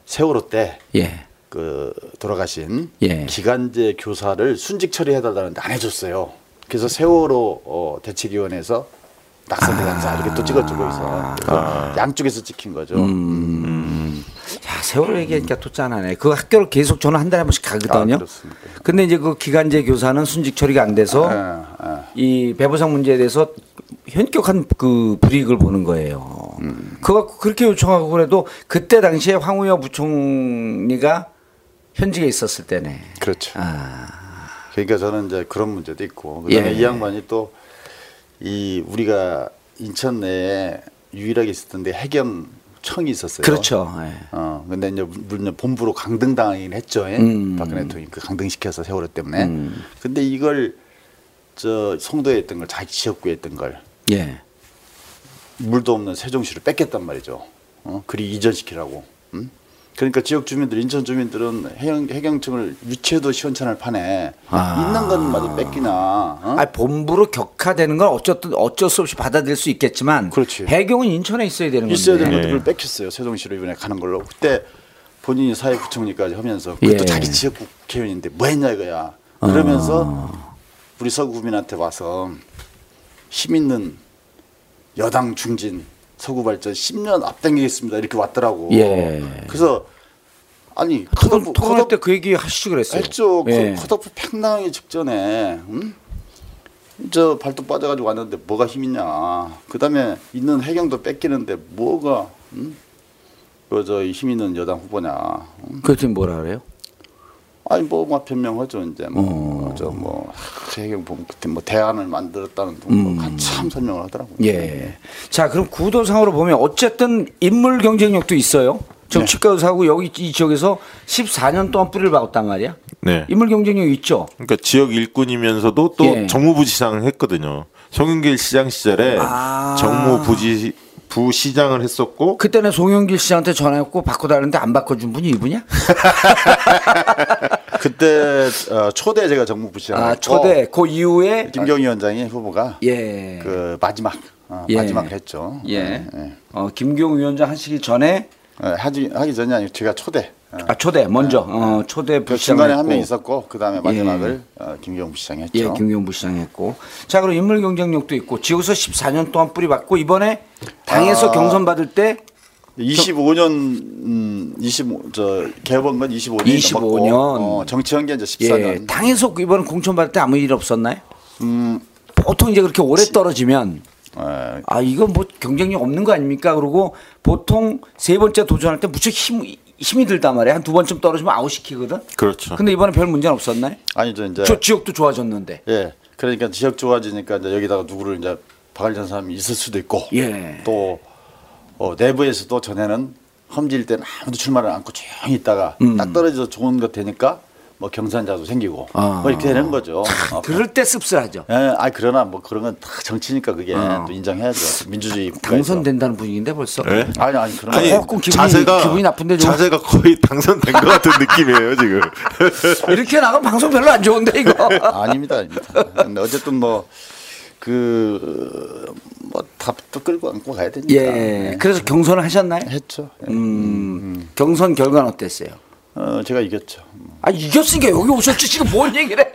D: 세월호 때
B: 예.
D: 그 돌아가신
B: 예.
D: 기간제 교사를 순직 처리해달라는데 안 해줬어요. 그래서 세월호 어, 대책위원회에서 낙선 대감사 이렇게 또 찍었죠 거기서
B: 아.
D: 그래서 양쪽에서 찍힌 거죠.
B: 음.
D: 음.
B: 야, 세월호 얘기하니까 또 짠하네. 그 학교를 계속 저는 한 달에 한 번씩
D: 아,
B: 가거든요.
D: 그렇습니까.
B: 근데 이제 그 기간제 교사는 순직 처리가 안 돼서
D: 예, 예.
B: 이 배보상 문제에 대해서 현격한 그 불이익을 보는 거예요. 그거 그렇게 요청하고 그래도 그때 당시에 황우여 부총리가 현직에 있었을 때네.
D: 그렇죠.
B: 아,
D: 그러니까 저는 이제 그런 문제도 있고 그다음에
B: 예.
D: 이 양반이 또 이 우리가 인천 내에 유일하게 있었던데 해경청이 있었어요.
B: 그렇죠. 예.
D: 어 근데 이제 물론 본부로 강등당하긴 했죠. 예?
B: 음.
D: 박근혜 대통령 그 강등시켜서 세월호 때문에. 근데 이걸 저 송도에 있던 걸 자기 지역구에 있던 걸
B: 예.
D: 물도 없는 세종시를 뺏겠단 말이죠. 어? 그리 이전시키라고. 음? 그러니까 지역 주민들, 인천 주민들은 해경, 해경청을 유치해도 시원찮을 판에
B: 아.
D: 있는 것마저 뺏기나. 어?
B: 아 본부로 격화되는 건 어쨌든 어쩔 수 없이 받아들일 수 있겠지만
D: 그렇지.
B: 해경은 인천에 있어야 되는 건데.
D: 있어야 되는 것도
C: 예.
D: 그걸 뺏겼어요. 세종시로 이번에 가는 걸로. 그때 본인이 사회부총리까지 하면서 그것도
B: 예. 아.
D: 자기 지역구 국회의원인데 뭐 했냐 이거야. 그러면서 우리 서구 국민한테 와서 힘 있는 여당 중진 서구 발전 10년 앞당기겠습니다 이렇게 왔더라고.
B: 예.
D: 그래서 아니
B: 토론,
D: 컷오프-
B: 토론할
D: 컷오프-
B: 때 그 얘기 하시지 그랬어요.
D: 했죠. 그
B: 예.
D: 컷오프 팽당하기 직전에 음? 저 발톱 빠져가지고 왔는데 뭐가 힘있냐. 그다음에 있는 해경도 뺏기는데 뭐가 음? 그저힘 있는 여당 후보냐. 음?
B: 그랬더니 뭐라 그래요?
D: 아니 뭐막 변명하죠 이제
B: 어.
D: 뭐저뭐 해경 보면 그때 뭐 대안을 만들었다는 등뭐 한참 설명을 하더라고요.
B: 음. 예. 자, 그럼 구도상으로 보면 어쨌든 인물 경쟁력도 있어요.
D: 네.
B: 정치과 의사하고 여기 이 지역에서 14년 동안 뿌리를 박았단 말이야.
C: 네.
B: 인물 경쟁력 있죠.
C: 그러니까 지역 일꾼이면서도 또
B: 예.
C: 정무부시장 했거든요. 송영길 시장 시절에
B: 아.
C: 정무부지 부시장을 했었고
B: 그때는 송영길 씨한테 전화했고 바꿔달라는데 안 바꿔준 분이 이분이야?
D: 그때 어, 초대 제가 정무부 시장
B: 아, 초대 그 이후에
D: 어. 김경희 위원장이 후보가
B: 예.
D: 그 마지막 어,
B: 예.
D: 마지막 했죠.
B: 예.
D: 예.
B: 어, 김경 위원장 하시기 전에
D: 예, 하기 하기 전이 아니고 제가 초대. 어,
B: 아, 초대 먼저 어, 초대
D: 그
B: 부시장
D: 중간에 한 명 있었고 그 다음에 마지막을 어, 김경부 시장이 했죠.
B: 예, 김경 부시장 했고. 자, 그럼 인물 경쟁력도 있고 지구서 14년 동안 뿌리 박고 이번에 당에서
D: 아.
B: 경선 받을 때
D: 25년 음, 25저 개업한건 25년
B: 25 년.
D: 넘었고, 어, 정치 연기 이제
B: 예,
D: 14년.
B: 당에서 이번 공천 받을 때 아무 일 없었나요?
D: 음.
B: 보통 이제 그렇게 오래 떨어지면
D: 예,
B: 아 이건 뭐 경쟁력 없는 거 아닙니까? 그러고 보통 세 번째 도전할 때 무척 힘 힘이 들단 말이야. 한 두 번쯤 떨어지면 아웃 시키거든.
C: 그렇죠.
B: 근데 이번에 별 문제는 없었나요?
D: 아니죠 이제
B: 저 지역도 좋아졌는데.
D: 예 그러니까 지역 좋아지니까 이제 여기다가 누구를 이제 박을전 사람이 있을 수도 있고
B: 예.
D: 또 어, 내부에서도 전에는 험지일 때는 아무도 출마를 않고 조용히 있다가
B: 음.
D: 딱 떨어져서 좋은 것 되니까 뭐 경선자도 생기고
B: 아.
D: 뭐 이렇게 되는 거죠. 어,
B: 그럴 때 씁쓸하죠.
D: 예, 아 그러나 뭐 그런 건 다 정치니까 그게 또 인정해야죠. 민주주의
B: 어. 당선된다는 분위기인데 벌써.
C: 예?
D: 국가에서. 아니 아니 그런
B: 아니,
D: 거.
B: 조금 어, 기분이- 기분이 나쁜데 좀.
C: 자세가 거의 당선된 것 같은 느낌이에요 지금.
B: 이렇게 나가면 방송 별로 안 좋은데 이거.
D: 아닙니다, 아닙니다. 근데 어쨌든 뭐 그, 뭐그뭐답도 끌고 안고 가야 되니까.
B: 예. 그래서 경선을 하셨나요?
D: 했죠. 예.
B: 음. 경선 결과는 어땠어요?
D: 어, 제가 이겼죠. 뭐,
B: 아 이겼으니까 여기 오셨지 지금 뭔 얘기를 해?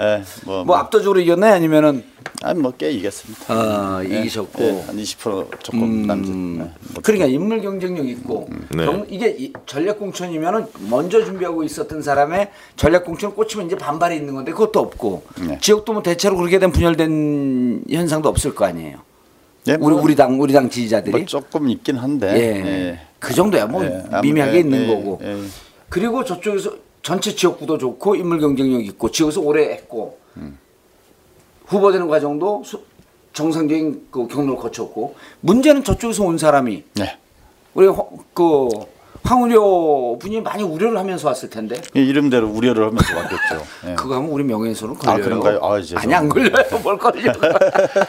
D: 예, 뭐,
B: 뭐
D: 뭐,
B: 압도적으로 이겼나요? 아니면은
D: 아니 뭐꽤 이겼습니다.
B: 아,
D: 예,
B: 이기셨고. 음.
D: 예, 한20% 조금 남짓. 예, 뭐,
B: 그러니까 인물 경쟁력 있고
C: 네.
B: 경- 이게 이- 전략 공천이면은 먼저 준비하고 있었던 사람의 전략 공천 꽂히면 이제 반발이 있는 건데 그것도 없고
D: 네.
B: 지역도 뭐 대체로 그렇게 된 분열된 현상도 없을 거 아니에요.
D: 예,
B: 우리
D: 뭐,
B: 우리 당 우리 당 지지자들이
D: 뭐 조금 있긴 한데.
B: 예. 그 정도야 뭐
D: 예, 아무래도
B: 미미하게 있는
D: 예,
B: 거고.
D: 예.
B: 그리고 저쪽에서 전체 지역구도 좋고 인물 경쟁력 있고 지역에서 오래 했고
D: 음.
B: 후보 되는 과정도 수- 정상적인 그 경로를 거쳤고 문제는 저쪽에서 온 사람이
D: 예.
B: 우리 허- 그 황우려 분이 많이 우려를 하면서 왔을 텐데
D: 예, 이름대로 우려를 하면서 왔겠죠. 예.
B: 그거 하면 우리 명예훼손은
D: 아,
B: 걸려요.
D: 그런가요? 아, 이제
B: 아니 안 걸려요. 뭘 걸려?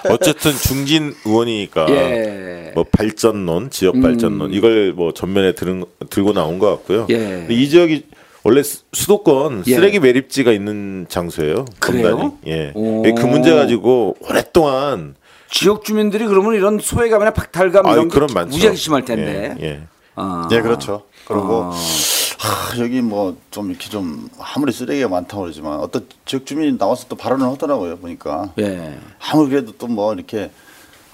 C: 어쨌든 중진 의원이니까
B: 예. 음.
C: 뭐 발전론, 지역 발전론 이걸 뭐 전면에 들은, 들고 나온 것 같고요.
B: 예.
C: 근데 이 지역이 원래 수- 수도권
B: 예.
C: 쓰레기 매립지가 있는 장소예요.
B: 그래요?
C: 검단이. 예.
B: 오.
C: 그 문제 가지고 오랫동안
B: 지역 주민들이 그러면 이런 소외감이나 박탈감
C: 아,
B: 이런
C: 그런
B: 게
C: 많죠.
B: 무지하게 심할 텐데. 어.
C: 예, 예.
B: 아.
D: 예, 그렇죠. 그리고 하, 여기 뭐 좀 이렇게 좀 아무리 쓰레기가 많다고 그러지만 어떤 지역 주민이 나와서 또 발언을 하더라고요 보니까
B: 예.
D: 아무리 그래도 또 뭐 이렇게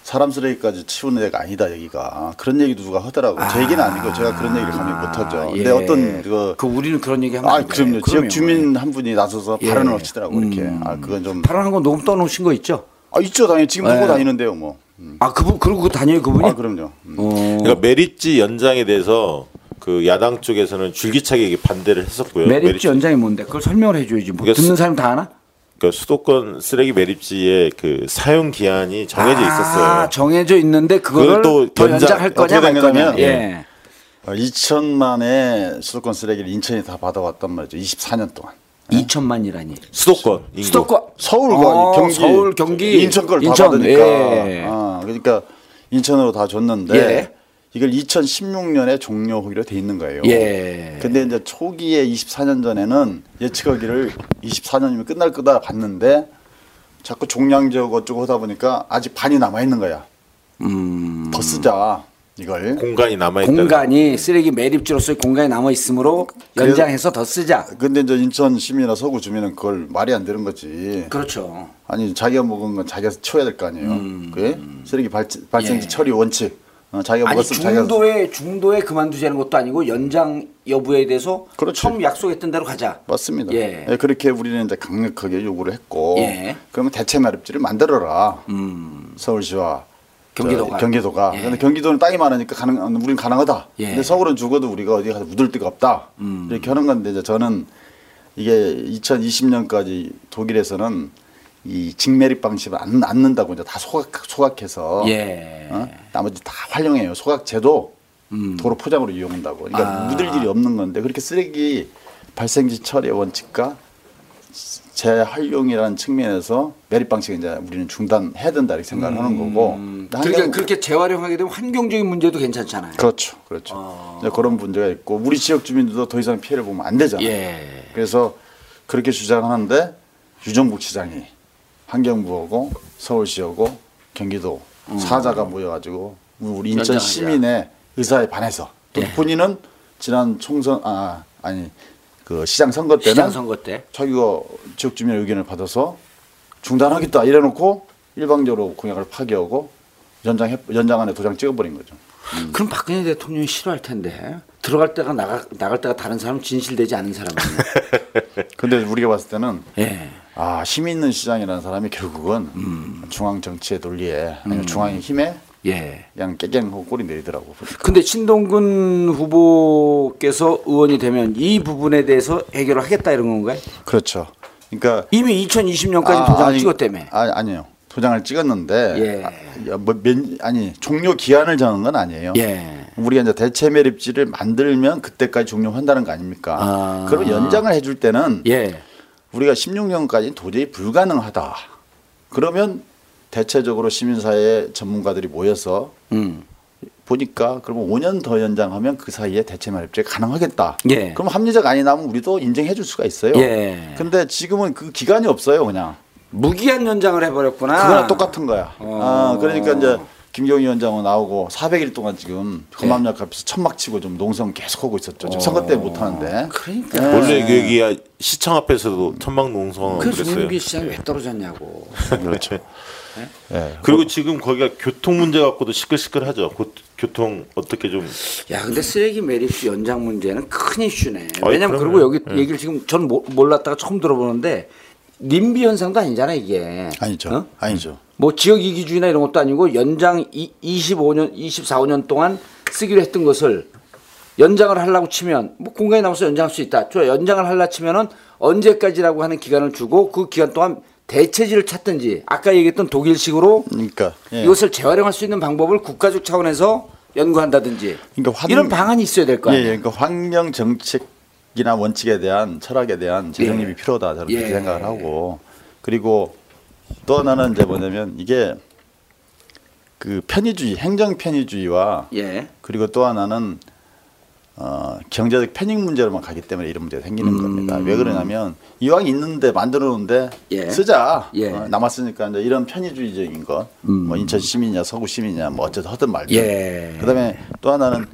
D: 사람 쓰레기까지 치우는 데가 아니다 여기가 그런 얘기도 누가 하더라고 요제 얘기는 아니고 제가 그런 얘기를 감히 못하죠
B: 예.
D: 근데 어떤 그거
B: 그 우리는 그런 얘기 하면
D: 아
B: 안 돼요.
D: 그럼요 지역 주민 한 분이 나서서
B: 예.
D: 발언을 하시더라고 이렇게 아 그건 좀 아
B: 발언한 거 녹음 떠놓으신 거 있죠?
D: 있죠 당연히 지금 보고
B: 예.
D: 다니는데요 뭐 아
B: 아 그분 그리고 그 다녀요 그분이?
D: 그럼요 음.
B: 어,
C: 그러니까 매립지 연장에 대해서 그 야당 쪽에서는 줄기차게 이게 반대를 했었고요.
B: 메리츠 연장이 뭔데? 그걸 설명을 해줘야지. 뭐
C: 그게
B: 듣는
C: 수-
B: 사람 다 아나?
C: 그러니까 수도권 쓰레기 매립지의 그 사용 기한이 정해져
B: 아,
C: 있었어요.
B: 정해져 있는데 그걸
C: 그걸 또
B: 더
C: 연장-
B: 연장, 할 거냐
D: 어떻게
B: 말
D: 된
B: 거냐.
D: 거냐면,
B: 예.
C: 예.
D: 어, 2천만의 수도권 쓰레기를 인천이 다 받아왔단 말이죠 24년 동안
B: 2천만이라니.
C: 수도권 인구.
B: 수도권
D: 서울과
B: 어,
D: 경기,
B: 서울, 경기,
D: 인천 걸다
B: 인천,
D: 받으니까
B: 예.
D: 아, 그러니까 인천으로 다 줬는데
B: 예.
D: 이걸 2016년에 종료하기로 돼 있는 거예요.
B: 예.
D: 근데 이제 초기에 24년 전에는 예측하기를 24년이면 끝날 거다 봤는데
B: 음.
D: 자꾸 종량제하고 어쩌고 하다 보니까 아직 반이 남아 있는 거야. 더 쓰자. 이걸
C: 공간이 남아 있다.
B: 공간이 쓰레기 매립지로서의 공간이 남아 있으므로 연장해서 더 쓰자.
D: 근데 이제 인천 시민이나 서구 주민은 그걸 말이 안 되는 거지.
B: 그렇죠.
D: 아니 자기가 먹은 건 자기가 치워야 될 거 아니에요. 그게 쓰레기 발,
B: 음.
D: 발생지
B: 예.
D: 처리 원칙. 어, 자기가
B: 아니
D: 먹었으면 자기가
B: 중도에 중도에 그만두자는 것도 아니고 연장 여부에 대해서
D: 그렇죠.
B: 처음 약속했던 대로 가자.
D: 맞습니다.
B: 예.
D: 예, 그렇게 우리는 이제 강력하게 요구를 했고,
B: 예. 음.
D: 그러면 대체 매립지를 만들어라. 서울시와
B: 경기도가.
D: 저, 경기도가.
B: 예.
D: 근데 경기도는 땅이 많으니까 가능, 우리는 가능하다.
B: 예. 음.
D: 근데 서울은 죽어도 우리가 어디 가서 묻을 데가 없다. 이렇게 하는 건데 이제 저는 이게 2020년까지 독일에서는 이 직매립 방식을 안, 안 넣는다고 이제 다 소각, 소각해서
B: 예.
D: 어? 나머지 다 활용해요. 소각제도 도로 포장으로 이용한다고. 그러니까
B: 음. 아.
D: 묻을 일이 없는 건데 그렇게 쓰레기 발생지 처리 원칙과 재활용이라는 측면에서 매립 방식을 이제 우리는 중단해야 된다 이렇게 생각을 하는 거고.
B: 그러니까 그렇게 재활용하게 되면 환경적인 문제도 괜찮잖아요.
D: 렇죠 그렇죠.
B: 아.
D: 이제 그런 문제가 있고 우리 지역 주민들도 더 이상 피해를 보면 안 되잖아요.
B: 예.
D: 그래서 그렇게 주장하는데 유정국 시장이 환경부하고 서울시하고 경기도 사자가 모여가지고 우리
B: 음.
D: 인천
B: 연장하자. 예.
D: 시민의 의사에 반해서 또 본인은 지난 총선 아 아니 그 시장 선거 때는
B: 시장 선거 때.
D: 자기가 지역 주민의 의견을 받아서 중단하겠다 이래놓고 일방적으로 공약을 파기하고 연장 연장 안에 도장 찍어버린 거죠.
B: 그럼 박근혜 대통령이 싫어할 텐데 들어갈 때가 나가 나갈 때가 다른 사람 진실되지 않은 사람이에요.
D: 근데 우리가 봤을 때는
B: 예.
D: 아, 힘 있는 시장이라는 사람이 결국은 중앙 정치의 논리에 아니면 중앙의 힘에
B: 음. 예.
D: 그냥 깨갱하고 꼬리 내리더라고.
B: 근데 신동근 후보께서 의원이 되면 이 부분에 대해서 해결을 하겠다 이런 건가요?
D: 그렇죠. 그러니까
B: 이미 2020년까지
D: 아,
B: 도장
D: 아니,
B: 찍었다며.
D: 아니, 아니요. 도장을 찍었는데
B: 예.
D: 아, 야, 뭐, 몇, 아니 종료 기한을 정한 건 아니에요.
B: 예.
D: 우리가 이제 대체 매립지를 만들면 그때까지 종료한다는 거 아닙니까?
B: 아.
D: 그럼 연장을 해줄 때는
B: 예.
D: 우리가 16년까지 도저히 불가능하다. 그러면 대체적으로 시민사회 전문가들이 모여서
B: 음.
D: 보니까 그러면 5년 더 연장하면 그 사이에 대체 마렵제가 가능하겠다.
B: 예.
D: 그럼 합리적 아니라면 우리도 인정해 줄 수가 있어요.
B: 예.
D: 근데 지금은 그 기간이 없어요, 그냥.
B: 무기한 연장을 해버렸구나.
D: 그거랑 똑같은 거야.
B: 어.
D: 아, 그러니까 이제 김경희 위원장은 나오고 400일 동안 지금
B: 예.
D: 검암역 앞에서 천막 치고 좀 농성 계속 하고 있었죠. 지금 선거 때 못 하는데.
B: 어.
D: 예?
B: 그러니까.
C: 원래 그 여기 시청 앞에서도 천막 농성하고
B: 그래서
C: 그랬어요. 네,
B: 우리 시장이
D: 예.
B: 네. 왜 떨어졌냐고.
D: 그렇죠.
C: 그리고 지금 거기가 교통 문제 갖고도 시끌시끌하죠. 곧 교통 어떻게 좀
B: 야, 근데 쓰레기 매립지 연장 문제는 큰 이슈네.
C: 아이,
B: 왜냐면
C: 그럼요.
B: 그리고 여기
D: 예.
B: 얘기를 지금 전 모- 몰랐다가 처음 들어보는데 님비 현상도 아니잖아 이게.
D: 아니죠.
B: 어?
D: 아니죠.
B: 뭐 지역 이기주의나 이런 것도 아니고 연장 이, 25년, 24, 5년 동안 쓰기로 했던 것을 연장을 하려고 치면 뭐 공간이 남아서 연장할 수 있다. 저 연장을 하려 치면은 언제까지라고 하는 기간을 주고 그 기간 동안 대체지를 찾든지 아까 얘기했던 독일식으로
D: 그러니까. 예.
B: 이것을 재활용할 수 있는 방법을 국가적 차원에서 연구한다든지
D: 그러니까 환-
B: 이런 방안이 있어야 될 거
D: 예,
B: 아니에요.
D: 예, 그러니까 환경 정책이나 원칙에 대한 철학에 대한 재정립이
B: 예.
D: 필요하다 저는
B: 예.
D: 그렇게 생각을 하고 그리고 또 하나는 이제 뭐냐면 이게 그 편의주의, 행정 편의주의와
B: 예.
D: 그리고 또 하나는 어, 경제적 편익 문제로만 가기 때문에 이런 문제가 생기는
B: 음.
D: 겁니다. 왜 그러냐면 이왕 있는데 만들어 놓은데
B: 예.
D: 쓰자
B: 예. 음.
D: 어, 남았으니까 이제 이런 편의주의적인 것, 뭐 인천 시민이냐 서구 시민이냐 뭐 어쨌든 하든 말든.
B: 예.
D: 그다음에 또 하나는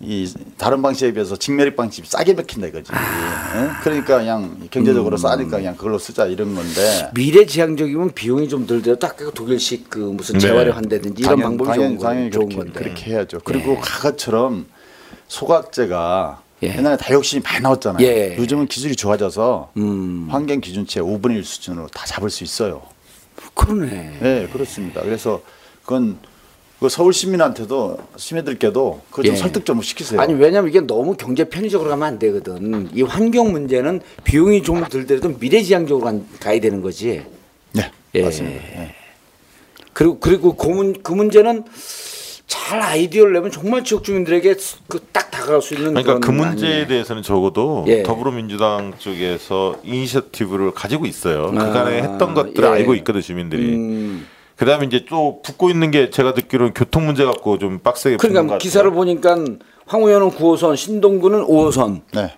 D: 이 다른 방식에 비해서 직매립 방식이 싸게 맥힌다 이거지.
B: 아.
D: 예? 그러니까 그냥 경제적으로
B: 음.
D: 싸니까 그냥 그걸로 쓰자 이런 건데.
B: 미래지향적이면 비용이 좀 들더라도 아까 그 독일식 그 무슨
C: 네.
B: 재활용한다든지 이런
D: 당연-
B: 방법이
D: 당연-
B: 좋은, 거,
D: 당연히
B: 좋은
D: 그렇게,
B: 건데. 예.
D: 그렇게 해야죠. 그리고 과거처럼 소각제가
B: 예.
D: 옛날에 다육신이 많이 나왔잖아요.
B: 예. 음.
D: 요즘은 기술이 좋아져서 환경 기준치의 5분의 1 수준으로 다 잡을 수 있어요.
B: 그러네.
D: 네, 그렇습니다. 그래서 그건 그 서울 시민한테도 시민들께도 그거 좀
B: 예.
D: 설득 좀 시키세요.
B: 아니 왜냐면 이게 너무 경제 편의적으로 가면 안 되거든. 이 환경 문제는 비용이 좀 들더라도 미래지향적으로 간- 가야 되는 거지.
D: 네,
B: 예.
D: 맞습니다. 예.
B: 그리고 그리고 그, 문, 그 문제는 잘 아이디어를 내면 정말 지역 주민들에게 그 딱 다가갈 수 있는
C: 그러니까 그
B: 그런
C: 문제에
B: 아니네.
C: 대해서는 적어도
B: 예.
C: 더불어민주당 쪽에서 이니셔티브를 가지고 있어요. 그간에 했던 것들을
B: 아, 예.
C: 알고 있거든 시민들이. 그다음에 이제 또 붙고 있는 게 제가 듣기로는 교통 문제 갖고 좀 빡세게 붙는 것
B: 그러니까
C: 같아요.
B: 기사를 보니까 황우현은 9호선, 신동구는 5호선.
D: 네.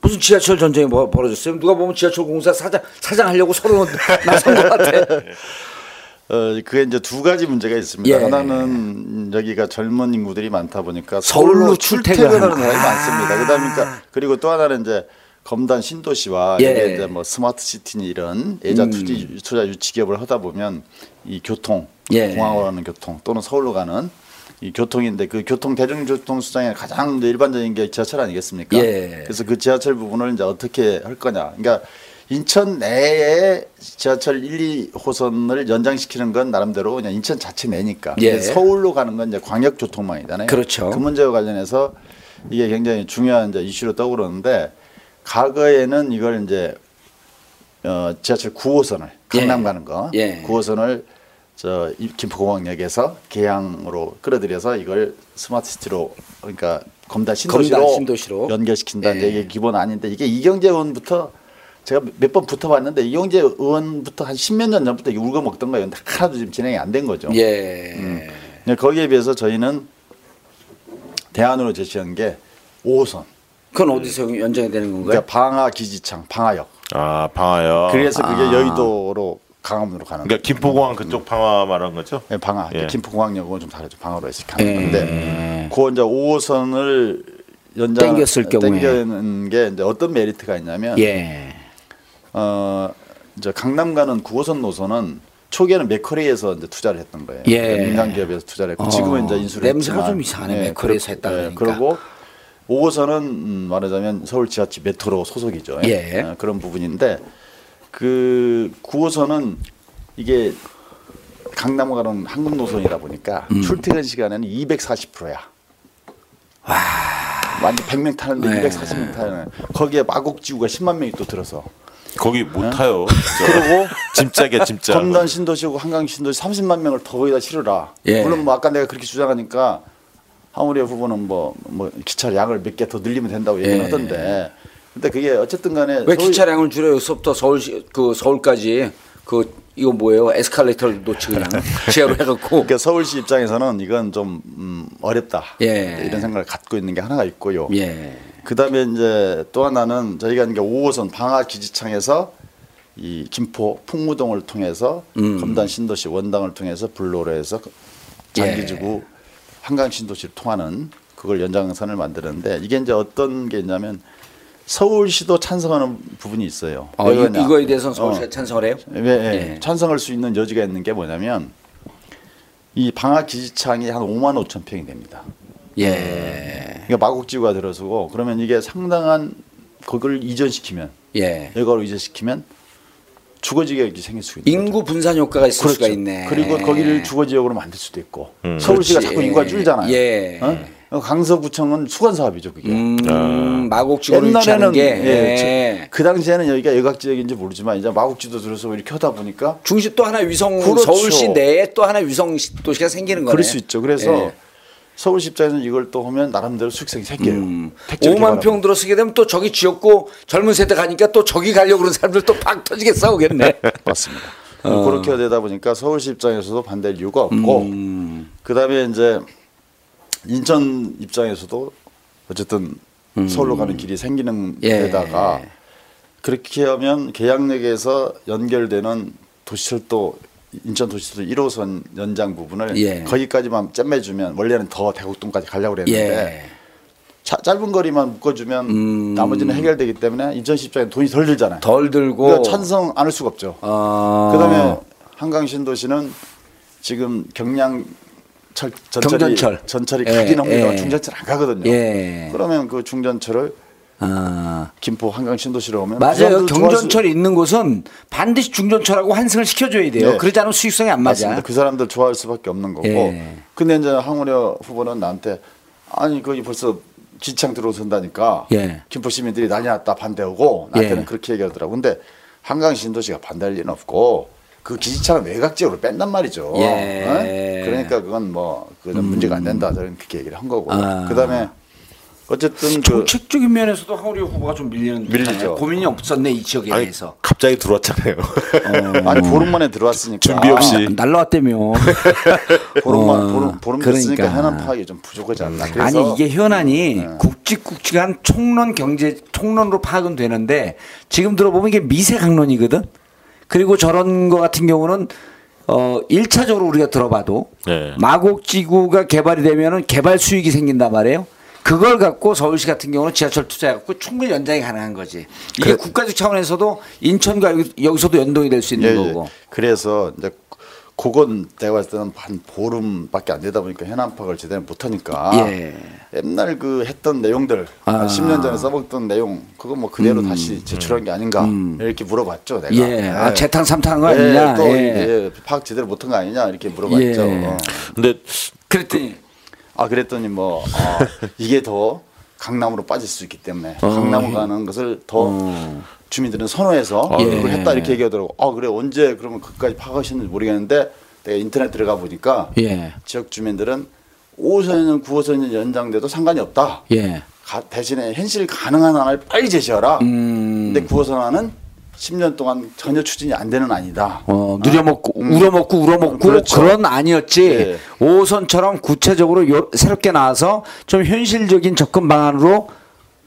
B: 무슨 지하철 전쟁이 뭐 벌어졌어요? 누가 보면 지하철 공사 사장 사장 하려고 서로 나선 것 같아.
D: 어, 그게 이제 두 가지 문제가 있습니다.
B: 예.
D: 하나는 여기가 젊은 인구들이 많다 보니까
B: 서울로
D: 서울로
B: 출퇴근하는-
D: 출퇴근하는 사람이
B: 아.
D: 많습니다. 그러니까 그다음이니까 그리고 또 하나는 이제 검단 신도시와
B: 예. 음.
D: 이게 이제 뭐 스마트 시티니 이런 예자 투지 투자 유치 기업을 하다 보면 이 교통
B: 예.
D: 공항으로 가는 교통 또는 서울로 가는 이 교통인데 그 교통 대중교통 수단의 가장 이제 일반적인 게 지하철 아니겠습니까?
B: 예.
D: 그래서 그 지하철 부분을 이제 어떻게 할 거냐. 그러니까 인천 내에 지하철 1, 2호선을 연장시키는 건 나름대로 그냥 인천 자체 내니까.
B: 예.
D: 근데 서울로 가는 건 이제 광역 교통망이잖아요.
B: 그렇죠.
D: 그 문제와 관련해서 이게 굉장히 중요한 이제 이슈로 떠오르는데 과거에는 이걸 이제 어, 지하철 9호선을 강남
B: 예.
D: 가는 거
B: 예.
D: 9호선을 저 이- 김포공항역에서 계양으로 끌어들여서 이걸 스마트시티로 그러니까 검단 신도시로,
B: 검단 신도시로.
D: 연결시킨다는
B: 예.
D: 얘기 기본 아닌데 이게 이경재 의원부터 제가 몇 번 붙어봤는데 이경재 의원부터 한 십몇 년 전부터 이게 울거먹던 거예요. 근데 하나도 지금 진행이 안 된 거죠.
B: 예.
D: 근데 거기에 비해서 저희는 대안으로 제시한 게 5호선
B: 그건 어디서 연장이 되는 건가요?
D: 그러니까 방화 기지창 방화역
C: 아
B: 어,
C: 방화요.
D: 그래서 그게
B: 아.
D: 여의도로 강화문으로 가는 거예요.
C: 그러니까 김포공항 그쪽 방화 말한 거죠?
D: 예, 방아
C: 예.
D: 김포공항역은 좀 다르죠 방아로 해서
B: 예.
D: 가는 건데 그 이제 5호선을 연장
B: 땡겼을 경우에.
D: 땡기는 게 이제 어떤 메리트가 있냐면
B: 예.
D: 어 이제 강남 가는 9호선 노선은 초기에는 맥커리에서 이제 투자를 했던 거예요.
B: 예.
D: 그러니까 민간 기업에서 투자를 했고 지금은
B: 어,
D: 이제 인수를
B: 냄새가
D: 했지만 예,
B: 좀 이상하네, 맥커리에서 했다 그러니까.
D: 그리고 5호선은 음, 말하자면 서울 지하철 메트로 소속이죠.
B: 예.
D: 어, 그런 부분인데 그 9호선은 이게 강남 가는 항공 노선이다 보니까
B: 음.
D: 출퇴근 시간에는 240%야. 완전 100명 타는데
B: 네.
D: 240명 타는 거기에 마곡지구가 10만 명이 또 들어서
C: 거기 못 타요.
B: 예.
D: 그리고
C: 짐짝이야 짐짝.
D: 검단 신도시고 한강 신도시 30만 명을 더 거기다 실으라.
B: 예.
D: 물론 뭐 아까 내가 그렇게 주장하니까 하무리 후보는 뭐, 뭐 기차 양을 몇 개 더 늘리면 된다고 얘기를
B: 예.
D: 하던데. 근데 그게 어쨌든 간에
B: 왜
D: 서울-
B: 기차량을 줄여 여기서부터 서울 그 서울까지 그 이거 뭐예요? 에스컬레이터를 놓치 그냥 지하로 해갖고
D: 그러니까 서울시 입장에서는 이건 좀 음, 어렵다.
B: 예.
D: 이런 생각을 갖고 있는 게 하나가 있고요.
B: 예.
D: 그다음에 이제 또 하나는 저희가 이제 5호선 방화 기지창에서 이 김포 풍무동을 통해서
B: 음.
D: 검단 신도시 원당을 통해서 불로로 해서
B: 예.
D: 장기지구 한강 신도시를 통하는 그걸 연장선을 만드는데 이게 이제 어떤 게 있냐면 서울시도 찬성하는 아, 부분이 있어요.
B: 어,
D: 왜
B: 이,
D: 그러냐?
B: 이거에 대해서 서울시가
D: 어.
B: 찬성을 해요?
D: 예, 예.
B: 예.
D: 찬성할 수 있는 여지가 있는 게 뭐냐면 이 방학 기지창이 한 5만 5천 평이 됩니다.
B: 예.
D: 그러니까 마곡지구가 들어서고 그러면 이게 상당한 그걸 이전시키면
B: 예.
D: 여가로 이전시키면 주거지역이 생길 수 있는 거죠.
B: 인구 분산 효과가 있을 수가 있네.
D: 그렇죠. 그리고 거기를 주거지역으로 만들 수도 있고 서울시가
B: 그렇지.
D: 자꾸 인구가 줄잖아요.
B: 예.
D: 어? 강서구청은 수건 사업이죠 그게.
B: 음, 마곡지구를 유치하는
D: 아. 옛날에는
B: 게
D: 예,
B: 예.
D: 저- 그 당시에는 여기가 여각지역인지 모르지만 이제 마곡지도 들어서 이렇게 하다 보니까
B: 중심 또 하나 위성
D: 그렇죠.
B: 서울시 내에 또 하나 위성 시- 도시가 생기는 거네.
D: 그럴 수 있죠. 그래서
B: 예.
D: 서울시 입장에서는 이걸 또 하면 나름대로 수익성이 생겨요.
B: 음.
D: 택지를
B: 5만
D: 개발하면.
B: 평 들어서게 되면 또 저기 지었고 젊은 세대 가니까 또 저기 가려고 그러는 사람들 또 팍 터지게 싸우겠네.
D: 맞습니다.
B: 어.
D: 뭐 그렇게 되다 보니까 서울시 입장에서도 반대할 이유가 없고 그다음에 이제 인천 입장에서도 어쨌든 서울로 가는 길이 생기는
B: 음. 예.
D: 데다가 그렇게 하면 계양역에서 연결되는 도시철도 인천 도시철도 1호선 연장 부분을
B: 예.
D: 거기까지만 쨈매주면 원래는 더 대곡동까지 가려고 그랬는데
B: 예. 음.
D: 자- 짧은 거리만 묶어주면 나머지는 해결되기 때문에 인천 시 입장에 돈이 덜 들잖아요.
B: 덜 들고.
D: 그러니까 찬성 안 할 수가 없죠.
B: 어,
D: 그다음에 한강 신도시는 지금 경량 철 전철이
B: 경전철.
D: 전철이
B: 예,
D: 가긴 합니다.
B: 예.
D: 중전철 안 가거든요.
B: 예.
D: 그러면 그 중전철을
B: 아,
D: 김포 한강 신도시로 오면 그
B: 맞아요.
D: 사람들도 좋아할 수-
B: 경전철 있는 곳은 반드시 중전철하고 환승을 시켜줘야 돼요.
D: 네.
B: 그러지 않으면 수익성이 안 맞아.
D: 맞습니다. 그 사람들 좋아할 수밖에 없는 거고.
B: 예.
D: 근데 이제 황우려 후보는 나한테 아니 거기 벌써 기창 들어선다니까
B: 예.
D: 김포 시민들이 난리 났다 반대하고 나한테는
B: 예.
D: 그렇게 얘기하더라고. 근데 한강 신도시가 반대할 리는 없고 그 기지창을 외곽지역으로 뺀단 말이죠.
B: 예. 음.
D: 어? 그러니까 그건 뭐 그건 문제가 안 된다. 저는 그렇게 얘기를 한 거고.
B: 아.
D: 그다음에 어쨌든 그
B: 정책적인 면에서도 하우리 후보가 좀 밀리는 아,
D: 밀리죠.
B: 고민이 없었네 이 지역에
C: 아니
B: 대해서.
C: 갑자기 들어왔잖아요.
D: 아니 보름 만에 들어왔으니까
C: 준비 없이.
B: 아, 날라왔다며.
D: 보름만
B: 어, 음.
D: 보름 보름 됐으니까 현안 파악이 좀 부족하지 않나. 그래서 음, 네.
B: 아니 이게 현안이 굵직굵직한 총론 경제 총론으로 파악은 되는데 지금 들어보면 이게 미세 강론이거든. 그리고 저런 거 같은 경우는 어, 1차적으로 우리가 들어봐도
C: 네.
B: 마곡지구가 개발이 되면은 개발 수익이 생긴단 말이에요. 그걸 갖고 서울시 같은 경우는 지하철 투자해갖고 충분히 연장이 가능한 거지. 이게 국가적 차원에서도 인천과 여기, 서도 연동이 될 수 있는
D: 예, 예.
B: 거고.
D: 그래서 이제 그건 내가 봤을 때는 한 보름밖에 안 되다 보니까 해남 파악을 제대로 못하니까
B: 예. 아.
D: 옛날 그 했던 내용들 한 10년 전에 써먹던 내용 그거 뭐 그대로 다시 제출한 게 아닌가 이렇게 물어봤죠 내가.
B: 음. 예. 아, 재탕 삼탕한 거 아니냐.
D: 또
B: 예.
D: 이제 파악 제대로 못한 거 아니냐 이렇게 물어봤죠.
B: 예.
D: 어.
C: 근데
B: 그랬더니
D: 아 그랬더니 뭐 아, 이게 더 강남으로 빠질 수 있기 때문에
B: 어.
D: 강남 가는 것을 더 주민들은 선호해서
B: 아, 예.
D: 그걸 했다 이렇게 얘기하더라고. 아 그래 언제 그러면 그까지 파악하셨는지 모르겠는데 내가 인터넷 들어가 보니까
B: 예.
D: 지역 주민들은 5호선은 9호선이 연장돼도 상관이 없다.
B: 예.
D: 가- 대신에 현실 가능한 안을 빨리 제시하라.
B: 음.
D: 근데 9호선안은 10년 동안 전혀 추진이 안 되는 안이다.
B: 어, 누려먹고 우려먹고 우려먹고
D: 그렇죠.
B: 그런 아니었지.
D: 예.
B: 오선처럼 구체적으로 요- 새롭게 나와서 좀 현실적인 접근 방안으로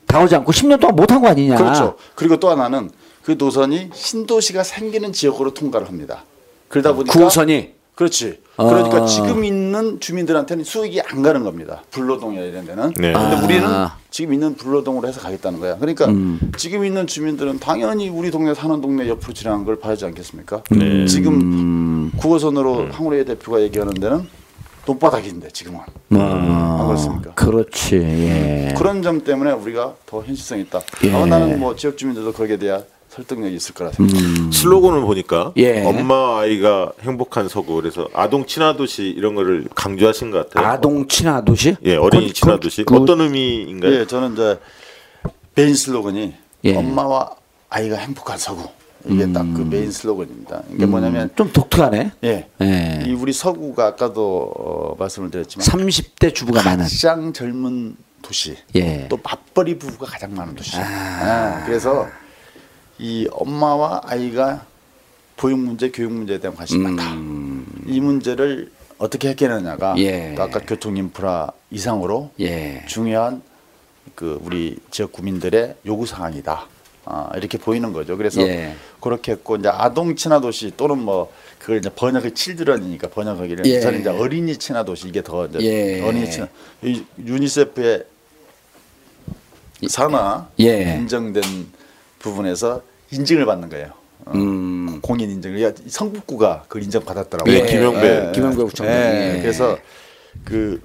B: 다오지 않고 10년 동안 못한 거 아니냐.
D: 그렇죠. 그리고 또 하나는 그 노선이 신도시가 생기는 지역으로 통과를 합니다. 그러다
B: 어,
D: 보니까
B: 구호선이?
D: 그렇지.
B: 아.
D: 그러니까 지금 있는 주민들한테는 수익이 안 가는 겁니다. 불로동이나 이런 데는.
C: 네.
D: 근데
C: 아.
D: 우리는 지금 있는 불로동으로 해서 가겠다는 거야. 그러니까
B: 음.
D: 지금 있는 주민들은 당연히 우리 동네 사는 동네 옆으로 지나는 걸 봐야지 않겠습니까?
B: 네. 음.
D: 지금 9호선으로 황우래 대표가 얘기하는 데는 돈바닥인데 지금은.
B: 아.
D: 안 그렇습니까?
B: 그렇지. 예.
D: 그런 점 때문에 우리가 더 현실성 있다.
B: 예.
D: 아마 나는 뭐 지역 주민들도 거기에 대한 설득력이 있을 거라
B: 음,
D: 생각합니다.
C: 음. 슬로건을 보니까
B: 예.
C: 엄마 아이가 행복한 서구 그래서 아동 친화도시 이런 거를 강조하신 것 같아요.
B: 아동 친화 도시?
C: 음. 예, 어린이
B: 그-
C: 친화도시
B: 그-
C: 어떤 의미인가요?
D: 예, 저는 이제 메인 슬로건이
B: 예. 음.
D: 엄마와 아이가 행복한 서구 이게 딱 그 메인 슬로건입니다. 이게 뭐냐면
B: 좀 독특하네.
D: 예,
B: 음. 예.
D: 이 우리 서구가 아까도 어, 말씀을 드렸지만
B: 30대
D: 아,
B: 주부가 많은.
D: 가장 젊은 도시
B: 예.
D: 또 맞벌이 부부가 가장 많은 도시 아, 그래서 이 엄마와 아이가 보육 문제 교육 문제에 대한 관심이 많다 이 문제를 어떻게 해결하느냐가
B: 음. 예.
D: 또 아까 교통 인프라 이상으로
B: 예.
D: 중요한 그 우리 지역 구민들의 요구 사항이다 아, 이렇게 보이는 거죠 그래서
B: 예.
D: 그렇게 했고 이제 아동 친화 도시 또는 뭐 그걸 이제 번역을 칠드런이니까 번역하기를
B: 예.
D: 저는 이제 어린이 친화 도시 이게 더 이제
B: 예.
D: 어린이 친화 이 유니세프의 산하
B: 예.
D: 인정된 부분에서 인증을 받는 거예요. 어, 공인 인증을 야, 성북구가 그걸 인정받았더라고요.
C: 예, 김영배.
B: 네, 김영배 구청장.
D: 예,
B: 예.
D: 그래서 그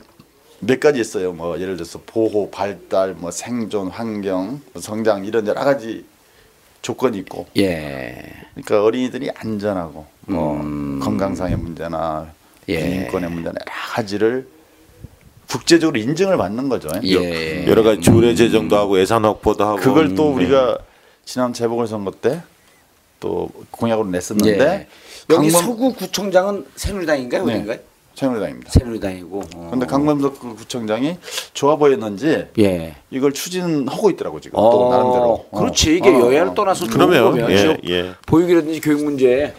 D: 몇 가지 있어요. 뭐 예를 들어서 보호, 발달, 뭐 생존, 환경, 뭐 성장 이런 여러 가지 조건이 있고
B: 예.
D: 그러니까 어린이들이 안전하고 뭐 건강상의 문제나
B: 음. 예.
D: 인권의 문제나 여러 가지를 국제적으로 인증을 받는 거죠.
B: 예.
C: 여러 가지 조례 제정도 하고 예산 확보도 하고 음.
D: 그걸 또 우리가 지난 재보궐선거 때 또 공약으로 냈었는데
B: 예. 여기
D: 강범-
B: 서구 구청장은 새누리당인가요?
D: 네,
B: 어딘가요?
D: 새누리당입니다.
B: 새누리당이고. 어.
D: 그런데 강범석 그 구청장이 좋아 보였는지
B: 예.
D: 이걸 추진하고 있더라고 지금 또 나름대로. 어.
B: 그렇지 이게
D: 어,
B: 여야를
D: 어.
B: 떠나서 좋은
C: 그러네요.
B: 거면
C: 예,
B: 지역
C: 예.
B: 보육이라든지 교육 문제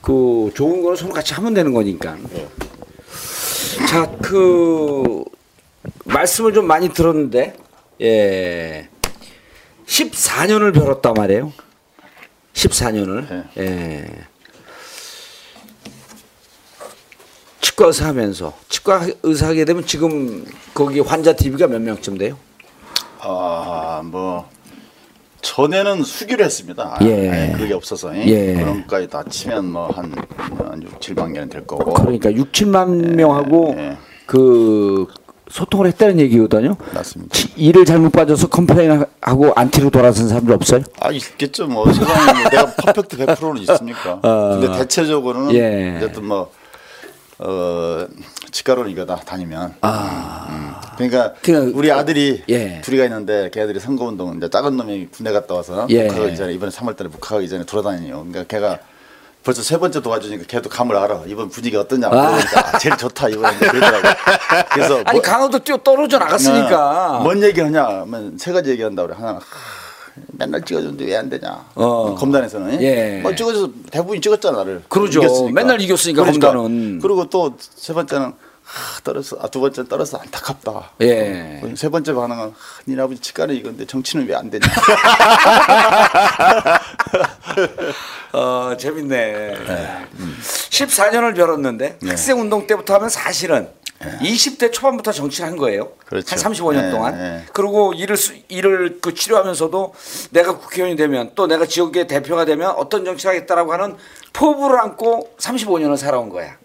B: 그 좋은 거는 서로 같이 하면 되는 거니까.
D: 예.
B: 자, 그 말씀을 좀 많이 들었는데 예. 14년을 벼렀단 말이에요. 14년을. 예. 치과 의사 하면서 치과 의사 하게 되면 지금 거기 환자 DB가 몇 명쯤 돼요?
D: 아, 뭐 전에는 수기로 했습니다. 아,
B: 예.
D: 아예 그게 없어서
B: 예.
D: 그런 것까지 다 치면 뭐한 한 6, 7만 개는 될 거고.
B: 그러니까 6, 7만 명하고
D: 예.
B: 그 소통을 했다는 얘기거든요.
D: 맞습니다.
B: 치- 일을 잘못 빠져서 컴플레인하고 안티로 돌아선 사람들 없어요?
D: 아 있겠죠 뭐 세상에 뭐 내가 퍼펙트 100%는 있습니까? 근데 대체적으로는
B: 아. 예.
D: 어쨌든 뭐 어, 치과로는 이거다 다니면. 음. 그러니까
B: 아. 그냥
D: 우리 아들이
B: 예.
D: 둘이가 있는데 걔들이 선거 운동 이제 작은 놈이 군대 갔다 와서
B: 예.
D: 북하기 전에 이번에 3월달에 북하기 전에 돌아다니요. 그러니까 걔가 벌써 세 번째 도와주니까 걔도 감을 알아. 이번 분위기 어떠냐 물어보니까 아, 제일 좋다 이번에 그러더라고. 그래서
B: 아니
D: 뭐-
B: 강원도 뛰어 떨어져 나갔으니까.
D: 어, 뭔 얘기하냐 하면 세 가지 얘기한다 그래 하나 맨날 찍어주는데 왜 안 되냐
B: 어.
D: 검단에서는
B: 예.
D: 뭐 찍어줘서 대부분 찍었잖아 나를
B: 그러죠. 맨날 이겼으니까 검단은.
D: 그리고 또 세 번째는 하, 아, 떨어서 아, 두 번째 떨어서 안타깝다.
B: 예.
D: 세 번째 반응은 아, 니네 아버지 치과는 이건데 정치는 왜 안 되냐.
B: 어, 재밌네. 14년을 벼렀는데
D: 네.
B: 학생 운동 때부터 하면 사실은 20대 초반부터 정치를 한 거예요.
D: 그렇죠.
B: 한 35년
D: 예,
B: 동안.
D: 예.
B: 그리고 일을 수- 일을 그 치료하면서도 내가 국회의원이 되면 또 내가 지역의 대표가 되면 어떤 정치를 하겠다라고 하는 포부를 안고 35년을 살아온 거야.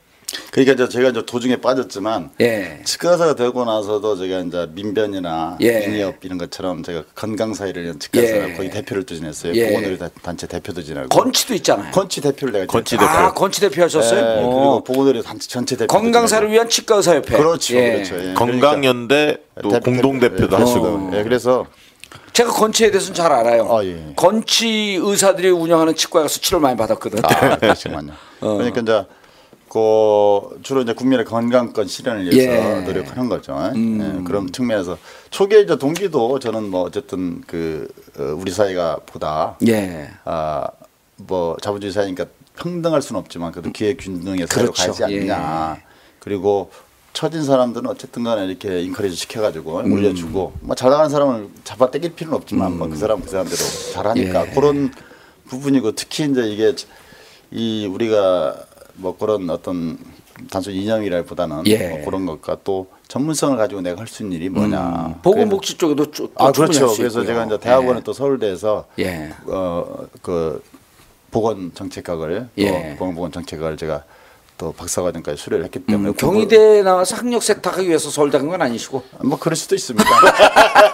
D: 그러니까 이제 제가 이제 도중에 빠졌지만
B: 예.
D: 치과 의사가 되고 나서도 제가 이제 민변이나
B: 예.
D: 민의협 이런 것처럼 제가 건강 사회를 위한 치과 의사
B: 예.
D: 거기 대표를 또 지냈어요.
B: 예.
D: 보건의료 다- 단체 대표도 지내고
B: 건치도 있잖아요.
D: 건치 대표를 내가
C: 건치
D: 지냈어요.
B: 네. 아, 건치 대표 하셨어요?
D: 예,
B: 어.
D: 그리고 보건의료 단체 전체 대표
B: 건강사를 위한 치과의사협회.
D: 그렇죠,
B: 예.
D: 그렇죠. 예.
C: 음. 건강연대 또
D: 대표-
C: 공동대표도
D: 예,
C: 하시고
D: 예, 그래서
B: 제가 건치에 대해서는 잘 알아요.
D: 아, 예.
B: 건치 의사들이 운영하는 치과에 가서 치료를 많이 받았거든.
D: 아, 잠시만요.
B: 어.
D: 그러니까 이제 그 주로 이제 국민의 건강권 실현을 위해서
B: 예. 음.
D: 노력하는 거죠. 예, 그런 측면에서 초기에 이제 동기도 저는 뭐 어쨌든 그 어, 우리 사회가 보다
B: 예.
D: 아, 아뭐 자본주의 사회니까 평등할 수는 없지만 그래도 기회 균등의 사회로
B: 그렇죠.
D: 가지 않냐. 그리고 처진 사람들은 어쨌든 간에 이렇게 인커리지 시켜가지고
B: 음.
D: 올려주고 뭐 잘나가는 사람을 잡아 떼길 필요는 없지만 뭐 그 사람 그 사람대로 잘하니까
B: 음. 예.
D: 그런 부분이고 특히 이제 이게 이 우리가 뭐 그런 어떤 단순 이념이라기보다는
B: 예.
D: 뭐 그런 것과 또 전문성을 가지고 내가 할 수 있는 일이 뭐냐
B: 음. 보건복지 쪽에도 쭉.
D: 아
B: 충분히
D: 그렇죠.
B: 할수
D: 그래서
B: 있고요.
D: 제가 이제 대학원에 또 서울대에서
B: 예.
D: 어그 보건 정책학을
B: 예.
D: 또 보건 정책학을 제가 또 박사과정까지 수료를 했기
B: 예.
D: 때문에
B: 경희대 나와서 학력 세탁하기 위해서 서울대 간건 아니시고.
D: 그걸- 뭐 그럴 수도 있습니다.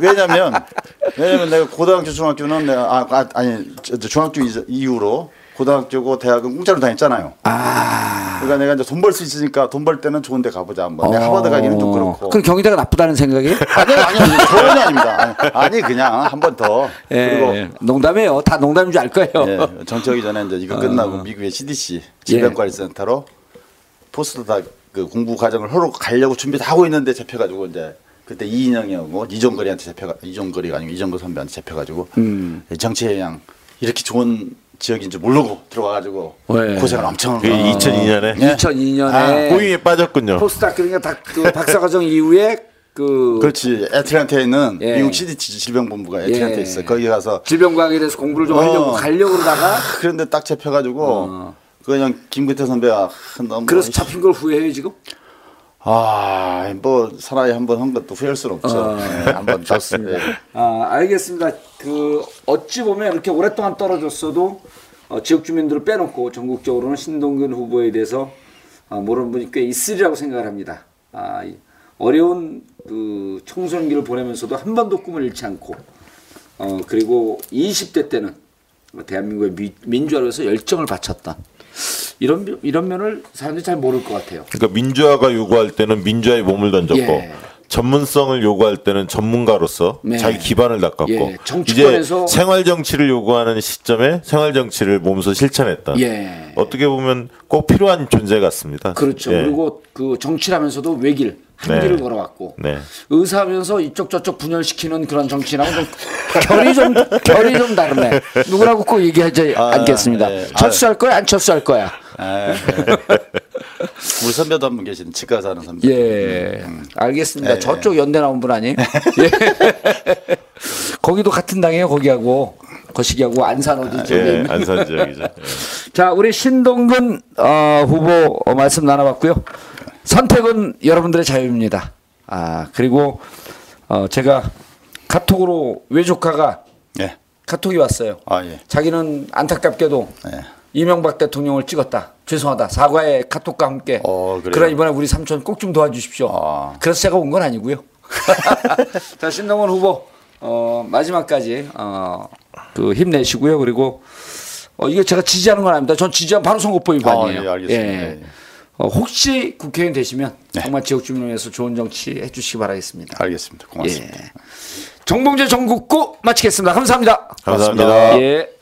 D: 왜냐면 왜냐면 내가 고등학교 중학교는 내가 아, 아 아니 저- 저 중학교 이제 이후로 고등학교고 대학은 공짜로 다녔잖아요. 그러니까 내가 이제 돈 벌 수 있으니까 돈 벌 때는 좋은 데 가보자 한번. 내가 하버드 가기는 좀 그렇고.
B: 어. 그럼 경희대가 나쁘다는 생각이?
D: 아니 아니 아니, 전혀 아닙니다. 아니, 아니 그냥 한 번 더. 그리고
B: 예. 농담이에요. 다 농담인 줄 알 거예요.
D: 예, 정치하기 전에 이제
B: 아.
D: 이거 끝나고 미국의
B: 예.
D: CDC 질병관리센터로 포스트 다그 공부 과정을 하러 가려고 준비 다 하고 있는데 잡혀가지고 이제 그때 이인영이하고 이종거리한테 잡혀가 이종거리가 아니고 이종거 선배한테 잡혀가지고
B: 음.
D: 정치 해양 이렇게 좋은 지역인 줄 모르고 들어가가지고
B: 예.
D: 고생을 엄청 한
C: 그게
D: 거예요.
C: 2002년에
D: 예.
B: 2002년에
C: 고잉에 빠졌군요.
B: 아, 포스닥 그러니까 다, 그 박사과정 이후에 그
D: 그렇지 애틀랜타에 있는
B: 예.
D: 미국 CDC 질병본부가 애틀랜타에
B: 예.
D: 있어 거기 가서
B: 질병과학에 대해서 공부를 좀 하려고
D: 어.
B: 가려고 그러다가
D: 그런데 딱 잡혀가지고 그냥 김근태 선배가 아, 너무
B: 어. 그래서 잡힌 걸 후회해요 지금?
D: 아, 뭐 사나이 한 번 한 것도 후회할 수는 없죠.
B: 네.
D: 예, 한번 네. 졌습니다.
B: 아, 알겠습니다. 그 어찌 보면 이렇게 오랫동안 떨어졌어도 어, 지역 주민들을 빼놓고 전국적으로는 신동균 후보에 대해서 아, 모르는 분이 꽤 있으리라고 생각을 합니다. 아, 이 어려운 그 청소년기를 보내면서도 한 번도 꿈을 잃지 않고 어, 그리고 20대 때는 대한민국의 미- 민주화로서 열정을 바쳤다. 이런 면- 이런 면을 사람들이 잘 모를 것 같아요.
C: 그러니까 민주화가 요구할 때는 민주화에 몸을 던졌고
B: 예.
C: 전문성을 요구할 때는 전문가로서
B: 네.
C: 자기 기반을 닦았고
B: 예,
C: 이제
B: 정치권에서-
C: 생활 정치를 요구하는 시점에 생활 정치를 몸소 실천했다.
B: 예.
C: 어떻게 보면 꼭 필요한 존재 같습니다.
B: 그렇죠.
C: 예.
B: 그리고 그 정치하면서도 외길 한
C: 네.
B: 길을 걸어왔고
C: 네.
B: 의사하면서 이쪽 저쪽 분열시키는 그런 정치인하고 좀 결이 좀 결이 좀 다르네. 누구라고 꼭 얘기하지
C: 아,
B: 않겠습니다.
C: 네.
D: 예.
B: 철수할 거야 안 철수할 거야.
D: 예. 우리 선배도 한 분 계신 치과 사는 선배.
B: 예,
C: 음.
B: 알겠습니다. 저쪽 연대 나온 분 아니에요? 예. 거기도 같은 당이에요. 거기하고 거시기하고 안산호도 쪽에
C: 예,
B: 있는.
C: 안산 지역이죠. 예.
B: 자, 우리 신동근 어, 후보 어, 말씀 나눠봤고요. 선택은 여러분들의 자유입니다. 아 그리고 어, 제가 카톡으로 외조카가
D: 예.
B: 카톡이 왔어요.
D: 아, 예.
B: 자기는 안타깝게도
D: 예.
B: 이명박 대통령을 찍었다. 죄송하다. 사과의 카톡과 함께.
D: 어, 그래요?
B: 그럼 이번에 우리 삼촌 꼭 좀 도와주십시오.
D: 아.
B: 그래서 제가 온 건 아니고요. 자 신동원 후보 어, 마지막까지 어, 그 힘내시고요. 그리고 어, 이거 제가 지지하는 건 아닙니다. 전 지지한 바로 선거법 위반이에요.
D: 아, 예, 알겠습니다. 예, 네. 예.
B: 어, 혹시 국회의원 되시면 정말 지역 주민을 위해서 좋은 정치 해주시기 바라겠습니다.
D: 알겠습니다. 고맙습니다.
B: 예. 정봉재 정국고 마치겠습니다. 감사합니다.
C: 감사합니다.
B: 예.